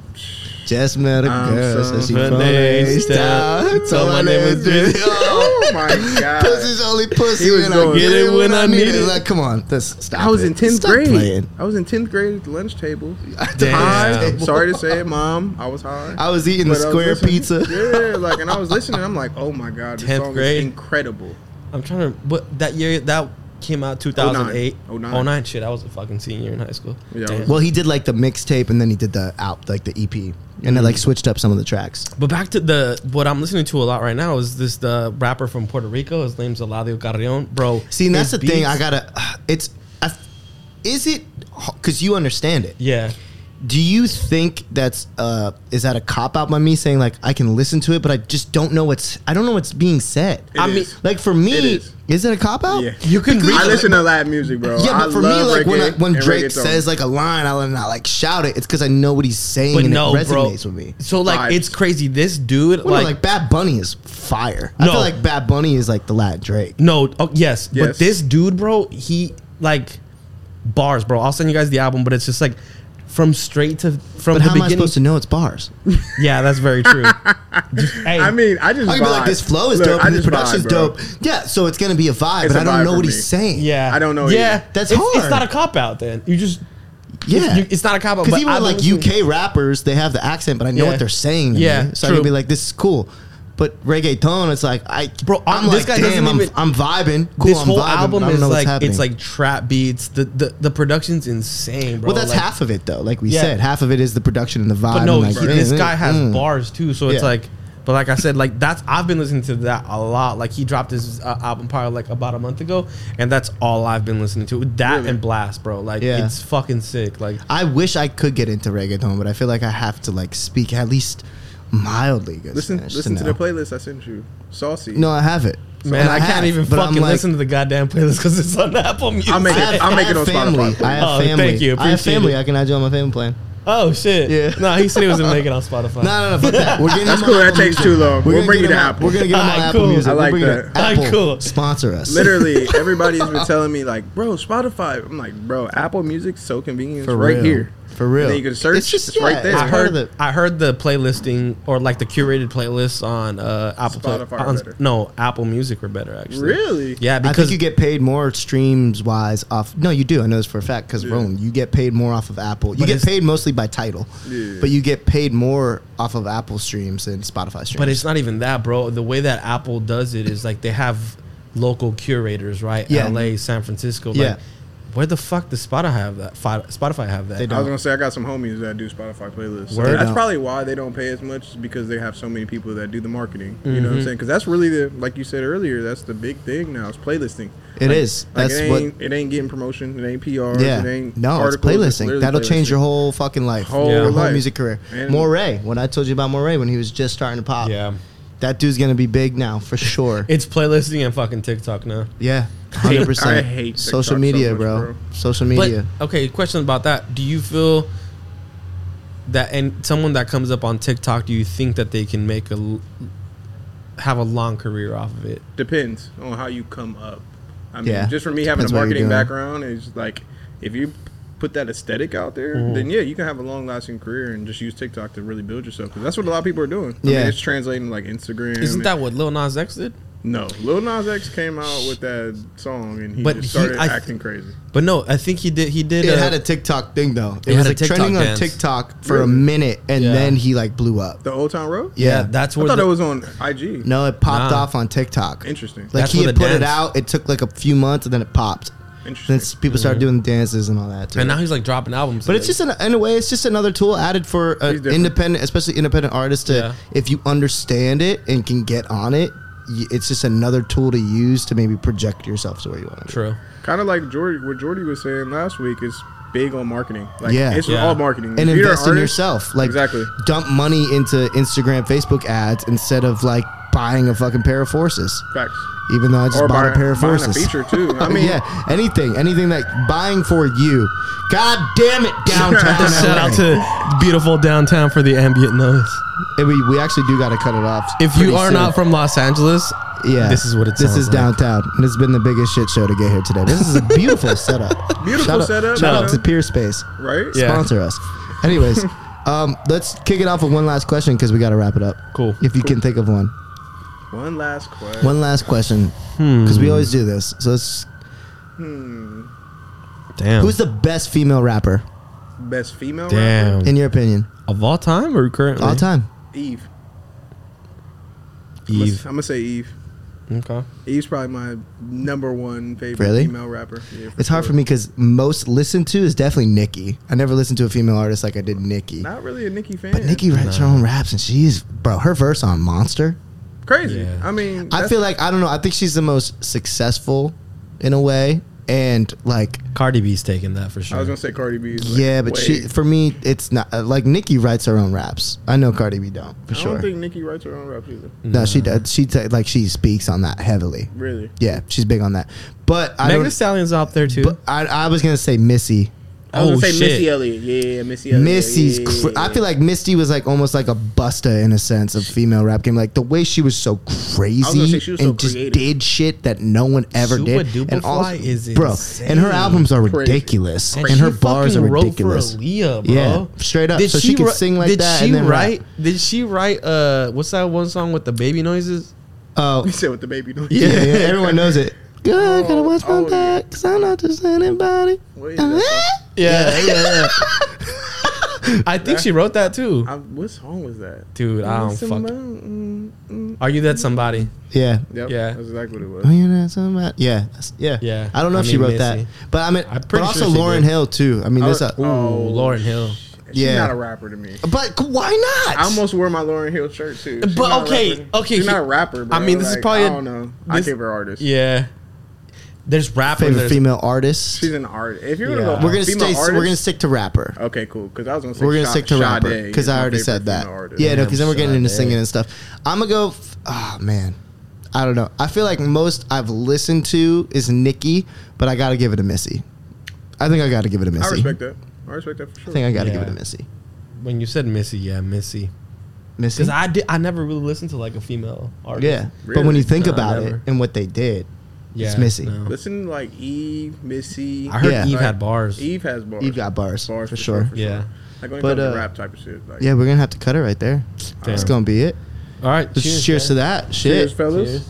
A: Just met a
C: I'm
A: girl,
C: so
A: so she
B: her
A: from
B: name
A: Ace
B: is
A: Town.
B: Town.
A: So my name is Drizzy.
C: oh my god.
A: Pussy's only pussy,
C: He was
A: and I
C: going-
A: get it when I need it.
B: it.
A: Like, come on, this, stop
C: I was
A: it.
C: in 10th
A: Stop
C: grade.
A: playing.
C: I was in 10th grade at the lunch table.
B: Damn.
C: High. Sorry to say it, mom. I was high.
A: I was eating
C: But
A: a
C: I was
A: square
C: listening.
A: pizza.
C: Yeah, like, and I was listening. I'm like, oh my god, this
B: 10th
C: song
B: grade?
C: is incredible.
B: I'm trying to. What that year that came out 2008,
C: 09.
B: 09. Shit, I was a fucking senior in high school.
C: Yeah, I
B: Damn.
C: was-
A: Well, he did like the mixtape, and then he did the out, like the EP, and then
B: Mm.
A: like switched up some of the tracks.
B: But back to the what I'm listening to a lot right now is this the rapper from Puerto Rico. His name's Eladio Carrion, bro.
A: See, and that's the
B: his
A: thing.
B: beats-
A: I gotta. It's. I, is it because you understand it?
B: yeah.
A: Do you think that's uh is that a cop out by me saying like I can listen to it, but I just don't know what's I don't know what's being said.
C: It
A: I mean,
C: is.
A: like for me,
C: It
A: is.
C: is.
A: it a cop out?
C: Yeah.
B: You can read
C: I
B: it.
C: listen to live music, bro.
A: Yeah,
C: I
A: but for me,
C: love
A: like when I,
C: reggae
A: when
C: and
A: Drake
C: reggae
A: says
C: songs.
A: like a line, I'll not like shout it. It's because I know what he's saying
B: but
A: and
B: no,
A: it resonates
B: bro.
A: with me.
B: So like,
C: Vibes.
B: it's crazy. This dude,
A: Well, no,
B: like,
A: like Bad Bunny is fire. I
B: No.
A: feel like Bad Bunny is like the Latin Drake.
B: no, oh yes, but
C: Yes.
B: this dude, bro, he like bars, bro. I'll send you guys the album, but it's just like from straight to from
A: But
B: the
A: how am I
B: beginning.
A: supposed to know it's bars?
B: Yeah, that's very true. Just- hey,
C: I mean, I just
A: I can be
C: vibe.
A: like, this flow is
C: Look,
A: dope,
C: I
A: and this
C: just vibe,
A: production's
C: bro.
A: dope. Yeah, so it's gonna be a vibe,
C: It's
A: but I
C: a
A: don't
C: vibe
A: know
C: for
A: what
C: me.
A: he's saying.
B: yeah,
C: I don't know
B: Yeah,
C: either.
A: That's
B: it's, It's
A: hard.
B: not a cop out. Then you just
A: yeah.
B: you- it's not a cop out.
A: Because
B: But
A: even
B: I
A: with, like UK
B: listen-
A: rappers, they have the accent, but I know
B: Yeah.
A: what they're saying. to
B: Yeah,
A: me. so I
B: true.
A: can be like, this is cool. But reggaeton, it's like I,
B: Bro,
A: I'm like,
B: this guy doesn't
A: damn, I'm,
B: even-
A: I'm vibing. Cool,
B: this
A: I'm
B: whole
A: vibing, but
B: album
A: I don't
B: is
A: know what's
B: like
A: happening.
B: it's like trap beats. The the, the production's insane, bro.
A: well, that's
B: like,
A: half of it though. Like we
B: Yeah.
A: said, half of it is the production and the vibe.
B: But no,
A: and, like,
B: he- this
A: mm,
B: guy has
A: mm.
B: bars too, so it's
A: Yeah.
B: like. But like I said, like that's I've been listening to that a lot. Like he dropped his uh, album probably like about a month ago, and that's all I've been listening to. That and Blast, bro. Like
A: Yeah.
B: it's fucking sick. Like
A: I wish I could get into reggaeton, but I feel like I have to like speak at least mildly. Good
C: Listen,
A: Spanish
C: listen to the
A: know.
C: playlist I sent you. Saucy.
A: No, I have it.
B: man,
A: And
B: I,
A: have
B: can't
A: it,
B: even
A: but I'm
B: fucking
A: like-
B: listen to the goddamn playlist because it's on Apple Music.
C: I'll make
A: I
C: it. I'll make it on
A: have family.
C: Spotify. for
A: I
C: you.
A: have
B: Oh,
A: family.
B: thank you.
A: I have
B: Appreciate
A: family.
B: it.
A: I can add you on my family plan.
B: Oh shit.
A: Yeah.
B: No, he said he wasn't making it on
A: No,
B: Spotify.
A: no, no. Fuck that. We're getting
C: That's
A: him
C: cool.
A: on
C: That
A: Apple
C: takes
A: Music.
C: too long. We'll
A: gonna
C: bring
A: get
C: you
A: him
C: to
A: on-
C: Apple.
A: We're gonna get him on
B: Alright,
A: Apple
B: cool.
A: Music.
C: I
A: We'll
C: like
A: bring it
C: that.
A: to Apple.
B: Alright, cool.
A: Sponsor us.
C: Literally, everybody has been telling me like, "Bro, Spotify." I'm like, "Bro, Apple Music's so convenient.
A: For
C: it's right
A: real.
C: here.
A: For real.
C: And then you can search.
A: It's
C: It's,
A: just- yeah,
C: right there.
A: it's
B: I
A: part
B: heard
A: of it.
B: I heard the playlisting or like the curated playlists on uh, Apple Play-
C: Spotify are
B: on-
C: better.
B: no Apple Music were better actually.
C: Really?
B: Yeah,
A: I
B: because
A: think you get paid more streams wise off. No, you do. I know this for a fact because
C: Yeah.
A: Rome, you get paid more off of Apple. You
B: But
A: get
B: it's-
A: paid mostly by title,
C: Yeah.
A: but you get paid more off of Apple streams than Spotify streams.
B: But it's not even that, bro. The way that Apple does it is like they have local curators, right?
A: Yeah.
B: L.A., San Francisco.
A: Yeah.
B: Like, where the fuck does Spotify have that? Fi- Spotify have that?
A: They
C: I
A: don't.
C: was gonna say I got some homies that do Spotify playlists.
B: Word.
C: That's
A: Out.
C: probably why they don't pay as much is because they have so many people that do the marketing. You know
A: Mm-hmm.
C: what I'm saying? Because that's really the like you said earlier. That's the big thing now. It's playlisting.
A: It is.
C: Like,
A: That's
C: it
A: what.
C: ain't, it ain't getting promotion. It ain't PR.
A: Yeah.
C: It ain't
A: No, it's
C: articles,
A: playlisting.
C: literally
A: That'll change your
C: playlisting.
A: whole fucking life.
C: Whole
A: your whole
C: life.
A: music career.
C: And-
A: Moray, when I told you about Moray when he was just starting to pop.
B: yeah.
A: That dude's gonna be big now for sure.
B: It's playlisting and fucking TikTok now.
A: yeah, hundred percent.
C: I hate
A: social
C: TikTok so
A: media,
C: much,
A: bro.
C: bro.
A: Social
B: But
A: media.
B: okay, question about that. Do you feel that and someone that comes up on TikTok, do you think that they can make a l- have a long career off of it?
C: depends on how you come up. I mean,
A: Yeah.
C: just for me having
A: Depends
C: a
A: what you're
C: marketing
A: doing.
C: background is like, if you put that aesthetic out there,
A: Mm-hmm.
C: then yeah, you can have a long lasting career and just use TikTok to really build yourself. Because that's what a lot of people are doing. I
A: Yeah.
C: mean, it's translating like Instagram.
B: Isn't
C: and-
B: that what Lil Nas X did?
C: no? Lil Nas X came out with that song and he
B: But
C: just
B: he-
C: started
B: I-
C: acting crazy.
B: But no, I think he did. He did.
A: It
B: uh,
A: had a TikTok thing though. It, was
B: It had a
A: like
B: TikTok
A: trending on
B: dance.
A: TikTok for a
C: Really?
A: minute, and
B: Yeah.
A: then he like blew up.
C: The Old Town Road.
A: Yeah,
B: yeah, that's
C: I
B: where
C: thought
B: the-
C: it was on IG.
A: No, it popped
B: Nah.
A: off on TikTok.
C: Interesting.
A: Like
B: That's
A: he
B: where
A: had
B: the
A: put it
B: dance-
A: out. It took like a few months, and then it popped. Then
C: Interesting.
A: s- people started doing dances and all that. Too.
B: and now he's like dropping albums.
A: But it's just an, in a way, it's just another tool added for
C: He's
A: an
C: different.
A: independent, especially independent artists. To
B: Yeah.
A: if you understand it and can get on it, y- it's just another tool to use to maybe project yourself to where you want to.
B: true.
C: kind of like Jordy, what Jordy was saying last week is big on marketing. Like,
A: Yeah.
C: it's
B: Yeah.
C: all marketing.
A: And
C: If you're an
A: invest in
C: artist-
A: yourself, like
C: Exactly.
A: dump money into Instagram, Facebook ads instead of like buying a fucking pair of forces.
C: Facts.
A: Even though I just
C: Or
A: bought a
C: buying-
A: pair of
C: buying a
A: forces.
C: feature, too. I mean-
A: yeah, anything, anything that buying for you. God damn it, downtown.
B: Shout
A: LA.
B: out to beautiful downtown for the ambient noise.
A: And we, we actually do got to cut it off.
B: If
A: pretty
B: you are
A: soon.
B: not from Los Angeles,
A: Yeah,
B: this is what it
A: This
B: sounds
A: is
B: like.
A: downtown, and it's been the biggest shit show to get here today. This is a beautiful setup.
C: Beautiful
A: shout out-
C: setup,
A: shout
C: man.
A: out to Peer Space.
C: Right?
B: Yeah.
A: Sponsor us. Anyways, um, let's kick it off with one last question because we got to wrap it up.
B: Cool.
A: If you can think of one,
C: One last question.
A: one last question
B: Hmm.
A: because we always do this. So it's
B: damn,
A: who's the best female rapper
C: Best female rapper?
B: damn
A: in your opinion
B: of all time or currently
A: all time?
C: Eve.
B: Eve.
C: I'm gonna say Eve.
B: Okay.
C: Eve's probably my number one favorite
A: Really?
C: female rapper. Yeah,
A: It's hard for
C: sure.
A: me because most listened to is definitely Nicki. I never listened to a female artist like I did Nicki.
C: Not really a Nicki fan.
A: But Nicki writes her own raps, and she's bro. Her verse on Monster.
C: crazy.
B: Yeah.
C: I mean,
A: I
C: that's-
A: feel like I don't know. I think she's the most successful in a way, and like
B: Cardi B's taking that for sure.
C: I was gonna say Cardi B. is, like,
A: yeah, but she,
C: way-
A: for me, it's not uh, like Nicki writes her own raps. I know Cardi B don't for
C: I
A: sure.
C: don't think Nicki writes her own rap either.
B: Hmm.
A: no, she does. She ta- like she speaks on that heavily.
C: Really?
A: Yeah, she's big on that. But I
B: Megan Thee
A: don't.
B: Stallion's up there too.
A: But I, I was gonna say Missy.
C: I was
B: oh
C: gonna say
B: shit!
C: Missy Elliott. Yeah, yeah, yeah, Missy Elliott.
A: Missy's.
C: Yeah,
A: Cr-
C: yeah, yeah.
A: I feel like Misty was like almost like a Busta in a sense of female rap game. Like the way she was so crazy
C: gonna say she was so
A: and just
C: creative.
A: did shit that no one ever
B: Super
A: did.
B: Duper
A: and
B: Fly is
A: bro, and her
B: insane.
A: albums are
C: Crazy.
A: ridiculous, and,
B: she
A: her bars are
B: fucking wrote
A: ridiculous.
B: For Aaliyah, bro.
A: Yeah, straight up. So she could
B: wri-
A: sing like
B: did
A: that
B: She
A: and then rap.
B: write? Did she write? Uh, what's that one song with the baby noises?
A: Oh,
C: You said with the baby doing.
A: yeah, yeah, everyone knows it. Good, gotta watch my
C: oh, yeah.
A: back, cause I'm not just anybody. Uh-huh.
C: What is that
B: Yeah, yeah. yeah. I think she wrote that too,
C: I, what song was that?
B: dude. I don't
C: Some-
B: fuck.
C: mm, mm.
B: Are you that somebody?
A: Yeah.
C: Yep,
B: Yeah.
C: that's exactly what it was.
A: Oh, you're not somebody. Yeah, that's- yeah,
B: Yeah.
A: I don't know
B: I
A: if she
B: mean,
A: wrote
B: Missy.
A: that, but I mean,
B: I'm
A: but
B: pretty
A: also
B: sure she
A: Lauren
B: did.
A: Hill too. I mean, there's a.
B: Ooh,
C: Oh,
B: Lauren Hill.
C: She's
A: Yeah.
C: not a rapper to me.
A: But c- why not?
C: I almost wore my Lauren Hill shirt too. She's
B: But
C: not a
B: okay,
C: rapper.
B: okay,
C: She's
B: he-
C: not a rapper. Bro.
B: I mean, this is
C: Like,
B: probably
C: I
B: a-
C: don't know. I
B: this-
C: give her artist.
B: Yeah. There's rappers.
A: favorite
B: there's-
A: female artist.
C: she's an artist. If you're gonna
B: Yeah.
C: go,
A: we're gonna
C: female
A: stay.
C: Artist,
A: We're gonna stick to rapper.
C: Okay, cool. Because I was gonna say
A: We're gonna
C: Sha-
A: stick to rapper
C: Sade
A: because
C: is
A: I
C: my
A: already
C: favorite
A: said that.
C: female artist.
A: Yeah, no,
B: Damn,
A: because then we're getting into
B: Sade.
A: singing and stuff. I'm gonna go. f- Ah, man, I don't know. I feel like most I've listened to is Nicki, but I gotta give it to Missy. I think I gotta give it to Missy.
C: I respect that. I respect that for
A: I
C: sure.
A: think I gotta give it
B: Yeah.
A: to Missy.
B: When you said Missy, yeah, Missy.
A: Missy.
B: Because I did. I never really listened to like a female artist.
A: yeah, but when
C: Really?
A: you think
B: Nah,
A: about it
B: never.
A: and what they did,
B: yeah.
A: It's Missy.
B: no.
C: Listen, to, like Eve, Missy.
B: I heard
A: Yeah.
B: Eve
C: Like,
B: had bars.
C: Eve has bars.
A: you've got bars,
C: bars
A: for, sure.
B: Yeah.
C: Like when it
A: But,
C: comes to
A: uh,
C: rap type of shit. Like,
A: Yeah, we're gonna have to cut it right there. That's
B: Damn.
A: gonna be it.
B: All right.
A: Just cheers, to that. Shit.
C: Cheers, fellas.
B: Cheers.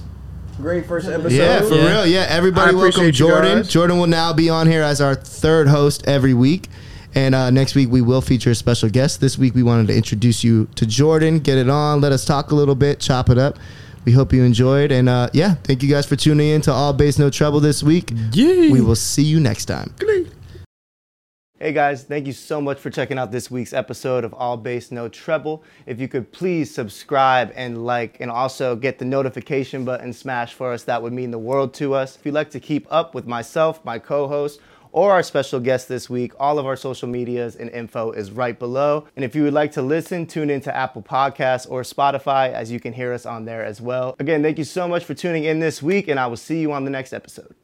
C: Great first episode.
A: Yeah, for
B: Yeah.
A: real. Yeah, everybody
C: I appreciate
A: welcome
C: you
A: Jordan.
C: guys.
A: Jordan will now be on here as our third host every week. And uh, next week we will feature a special guest. This week we wanted to introduce you to Jordan, get it on, let us talk a little bit, chop it up. We hope you enjoyed. And uh, yeah, thank you guys for tuning in to All Base No Trouble this week.
B: Yeah.
A: We will see you next time. Hey guys, thank you so much for checking out this week's episode of All Bass No Treble. If you could please subscribe and like, and also get the notification button smashed for us, that would mean the world to us. If you'd like to keep up with myself, my co host, or our special guest this week, all of our social medias and info is right below. And if you would like to listen, tune into Apple Podcasts or Spotify, as you can hear us on there as well. Again, thank you so much for tuning in this week, and I will see you on the next episode.